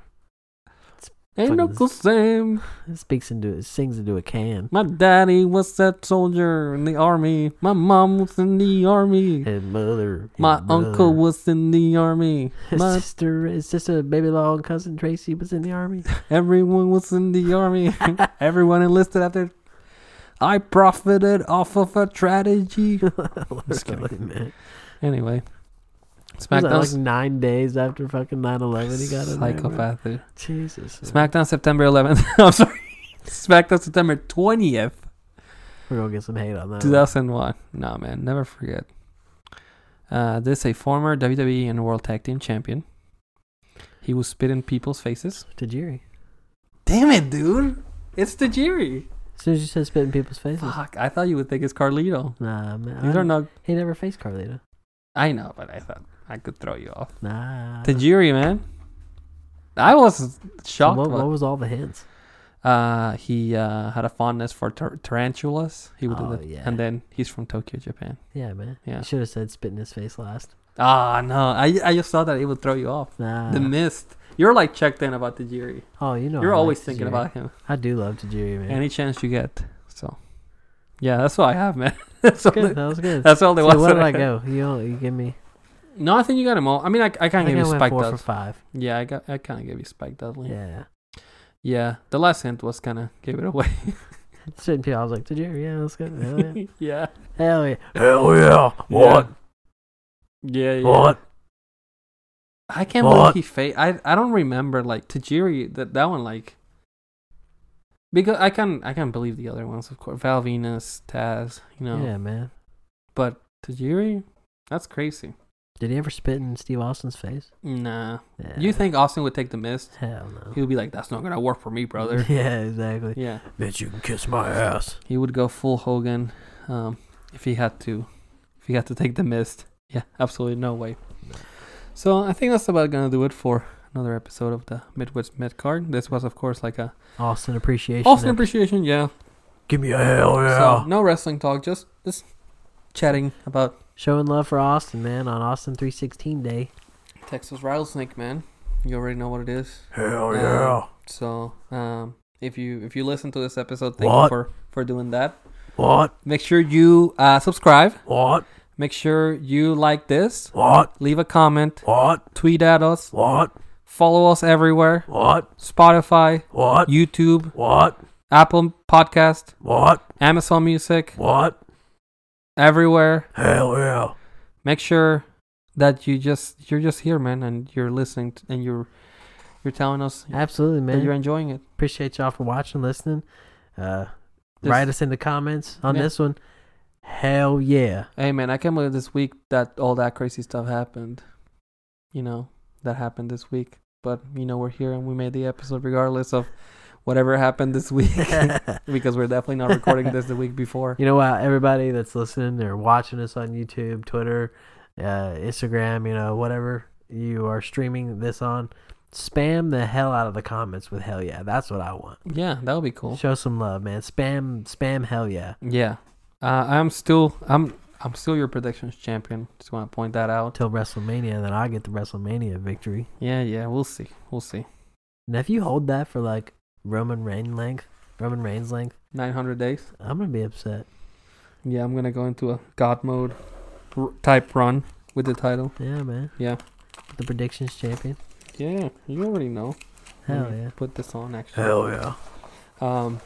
[SPEAKER 1] Ain't
[SPEAKER 2] Fucking-
[SPEAKER 1] Uncle Sam.
[SPEAKER 2] speaks into it, sings into a can.
[SPEAKER 1] My daddy was a soldier in the army. My mom was in the army.
[SPEAKER 2] His mother. his
[SPEAKER 1] My
[SPEAKER 2] brother,
[SPEAKER 1] uncle was in the army.
[SPEAKER 2] His
[SPEAKER 1] my-
[SPEAKER 2] sister, his sister, baby law, and cousin Tracy was in the army.
[SPEAKER 1] Everyone was in the army. Everyone enlisted after. I profited off of a tragedy. Just kidding.
[SPEAKER 2] Literally, man.
[SPEAKER 1] Anyway,
[SPEAKER 2] Was that like
[SPEAKER 1] SmackDown.
[SPEAKER 2] nine days after fucking 9 11 he got in there, bro?
[SPEAKER 1] psychopath. dude.
[SPEAKER 2] Jesus. man.
[SPEAKER 1] SmackDown September 11th. I'm sorry. SmackDown September 20th,
[SPEAKER 2] We're going to get some hate on that. one.
[SPEAKER 1] 2001. Nah, man, never forget. Uh, this a former WWE and World Tag Team Champion. He will spit in people's faces.
[SPEAKER 2] To Jerry.
[SPEAKER 1] Damn it, dude! It's the Tajiri.
[SPEAKER 2] As soon as you said spit in people's faces.
[SPEAKER 1] Fuck, I thought you would think it's Carlito.
[SPEAKER 2] Nah, man.
[SPEAKER 1] These
[SPEAKER 2] I-
[SPEAKER 1] are not.
[SPEAKER 2] He never faced Carlito.
[SPEAKER 1] I know, but I thought I could throw you off.
[SPEAKER 2] Nah.
[SPEAKER 1] Tajiri, man. I was
[SPEAKER 2] So
[SPEAKER 1] shocked.
[SPEAKER 2] what,
[SPEAKER 1] but-
[SPEAKER 2] what was all the hints?
[SPEAKER 1] Uh, he uh, had a fondness for tar- tarantulas. He would
[SPEAKER 2] Oh,
[SPEAKER 1] do that.
[SPEAKER 2] yeah.
[SPEAKER 1] And then he's from Tokyo, Japan.
[SPEAKER 2] Yeah, man.
[SPEAKER 1] Yeah.
[SPEAKER 2] You should have said spit in his face last.
[SPEAKER 1] Ah, no. I, I just thought that it would throw you off.
[SPEAKER 2] Nah.
[SPEAKER 1] the mist. You're like checked in about the Tajiri.
[SPEAKER 2] oh, you know.
[SPEAKER 1] You're
[SPEAKER 2] I like
[SPEAKER 1] always thinking
[SPEAKER 2] Tajiri.
[SPEAKER 1] about him.
[SPEAKER 2] I do love Tajiri, man.
[SPEAKER 1] Any chance you get. So, yeah, that's what I have, man. that's, all
[SPEAKER 2] good.
[SPEAKER 1] the,
[SPEAKER 2] That was good.
[SPEAKER 1] that's all there
[SPEAKER 2] So
[SPEAKER 1] was.
[SPEAKER 2] where
[SPEAKER 1] that
[SPEAKER 2] did I
[SPEAKER 1] had.
[SPEAKER 2] go? You don't- you give me.
[SPEAKER 1] No, I think you got him all. I mean, I, I
[SPEAKER 2] I
[SPEAKER 1] kind of
[SPEAKER 2] think I
[SPEAKER 1] gave you
[SPEAKER 2] went
[SPEAKER 1] Spike
[SPEAKER 2] four for
[SPEAKER 1] Dudley.
[SPEAKER 2] five.
[SPEAKER 1] Yeah, I got I kind of gave you Spike Dudley. Yeah.
[SPEAKER 2] Yeah.
[SPEAKER 1] the last hint was kind of gave it away.
[SPEAKER 2] Certain people, I was like, Tajiri, yeah, let's go. Hell yeah.
[SPEAKER 1] yeah.
[SPEAKER 2] Hell yeah. Hell yeah. What?
[SPEAKER 1] Yeah, yeah.
[SPEAKER 2] What?
[SPEAKER 1] I can't believe
[SPEAKER 2] What?
[SPEAKER 1] he fa I I don't remember like Tajiri that that one like because I can I can't believe the other ones of course Val Venus Taz you know
[SPEAKER 2] Yeah, man.
[SPEAKER 1] but Tajiri that's crazy
[SPEAKER 2] Did he ever spit in Steve Austin's face?
[SPEAKER 1] nah
[SPEAKER 2] Yeah.
[SPEAKER 1] you think Austin would take the mist
[SPEAKER 2] Hell no.
[SPEAKER 1] he would be like that's not gonna work for me brother
[SPEAKER 2] yeah, exactly.
[SPEAKER 1] yeah
[SPEAKER 2] Bitch, you can kiss my ass.
[SPEAKER 1] he would go full Hogan um if he had to if he had to take the mist yeah absolutely no way so I think that's about gonna do it for another episode of the Midwest Mid Card this was of course like a
[SPEAKER 2] Austin appreciation.
[SPEAKER 1] Austin
[SPEAKER 2] episode.
[SPEAKER 1] appreciation yeah
[SPEAKER 2] Give me a hell
[SPEAKER 1] So no wrestling talk, just just chatting about
[SPEAKER 2] showing love for Austin, man, on Austin 316 Day.
[SPEAKER 1] Texas rattlesnake, man. You already know what it is.
[SPEAKER 2] Hell
[SPEAKER 1] Um, So um, if you if you listen to this episode, thank you
[SPEAKER 2] What?
[SPEAKER 1] for for doing that.
[SPEAKER 2] What?
[SPEAKER 1] Make sure you uh, subscribe.
[SPEAKER 2] What?
[SPEAKER 1] Make sure you like this.
[SPEAKER 2] What?
[SPEAKER 1] Leave a comment.
[SPEAKER 2] What?
[SPEAKER 1] Tweet at us.
[SPEAKER 2] What?
[SPEAKER 1] Follow us everywhere.
[SPEAKER 2] What?
[SPEAKER 1] Spotify,
[SPEAKER 2] What?
[SPEAKER 1] YouTube,
[SPEAKER 2] What?
[SPEAKER 1] Apple Podcast,
[SPEAKER 2] What?
[SPEAKER 1] Amazon Music,
[SPEAKER 2] What?
[SPEAKER 1] everywhere.
[SPEAKER 2] Hell yeah.
[SPEAKER 1] Make sure that you just you're just here, man, and you're listening t- and you're you're telling us
[SPEAKER 2] Absolutely,
[SPEAKER 1] that
[SPEAKER 2] man.
[SPEAKER 1] you're enjoying it.
[SPEAKER 2] Appreciate y'all for watching, listening. Uh,
[SPEAKER 1] This-
[SPEAKER 2] write us in the comments on
[SPEAKER 1] Yeah.
[SPEAKER 2] this one. Hell yeah.
[SPEAKER 1] Hey man, I can't believe this week that all that crazy stuff happened. You know, that happened this week. But you know, we're here and we made the episode regardless of whatever happened this week. because we're definitely not recording this the week before.
[SPEAKER 2] You know what? Everybody that's listening or watching us on YouTube, Twitter, uh, Instagram, you know, whatever you are streaming this on, spam the hell out of the comments with hell yeah. That's what I want.
[SPEAKER 1] Yeah, that would be cool.
[SPEAKER 2] Show some love, man. Spam, spam hell yeah.
[SPEAKER 1] Yeah. Uh, I'm still I'm I'm still your predictions champion. Just want to point that out.
[SPEAKER 2] Till WrestleMania, and then I get the WrestleMania victory.
[SPEAKER 1] Yeah, yeah, we'll see. We'll see.
[SPEAKER 2] And if you hold that for like Roman Reign length, Roman Reigns length,
[SPEAKER 1] 900 days.
[SPEAKER 2] I'm gonna be upset.
[SPEAKER 1] Yeah, I'm going to go into a god mode r- type run with the title.
[SPEAKER 2] Yeah, man.
[SPEAKER 1] Yeah.
[SPEAKER 2] The predictions champion.
[SPEAKER 1] Yeah, you already know. Let
[SPEAKER 2] Hell
[SPEAKER 1] me
[SPEAKER 2] yeah.
[SPEAKER 1] Put this on actually.
[SPEAKER 2] Hell yeah.
[SPEAKER 1] Um,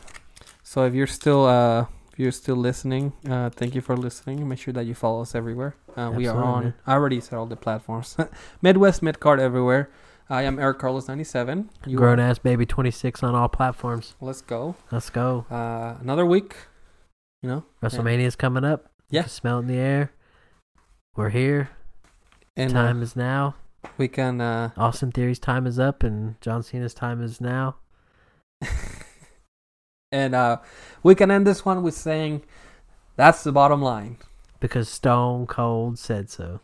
[SPEAKER 1] so if you're still uh, if you're still listening, uh, thank you for listening. Make sure that you follow us everywhere. Uh, we are
[SPEAKER 2] Absolutely,
[SPEAKER 1] on.
[SPEAKER 2] man.
[SPEAKER 1] I already said all the platforms. Midwest Midcard everywhere. I am Eric Carlos ninety seven. You
[SPEAKER 2] Grown
[SPEAKER 1] are-
[SPEAKER 2] ass baby 26 on all platforms.
[SPEAKER 1] Let's go.
[SPEAKER 2] Let's go.
[SPEAKER 1] Uh, another week. You know,
[SPEAKER 2] WrestleMania is coming up. You
[SPEAKER 1] Yeah.
[SPEAKER 2] can smell it in the air. We're here.
[SPEAKER 1] and uh,
[SPEAKER 2] time is now.
[SPEAKER 1] we can. Uh,
[SPEAKER 2] Austin Theory's time is up, and John Cena's time is now.
[SPEAKER 1] and uh, we can end this one with saying, "That's the bottom line."
[SPEAKER 2] Because Stone Cold said so.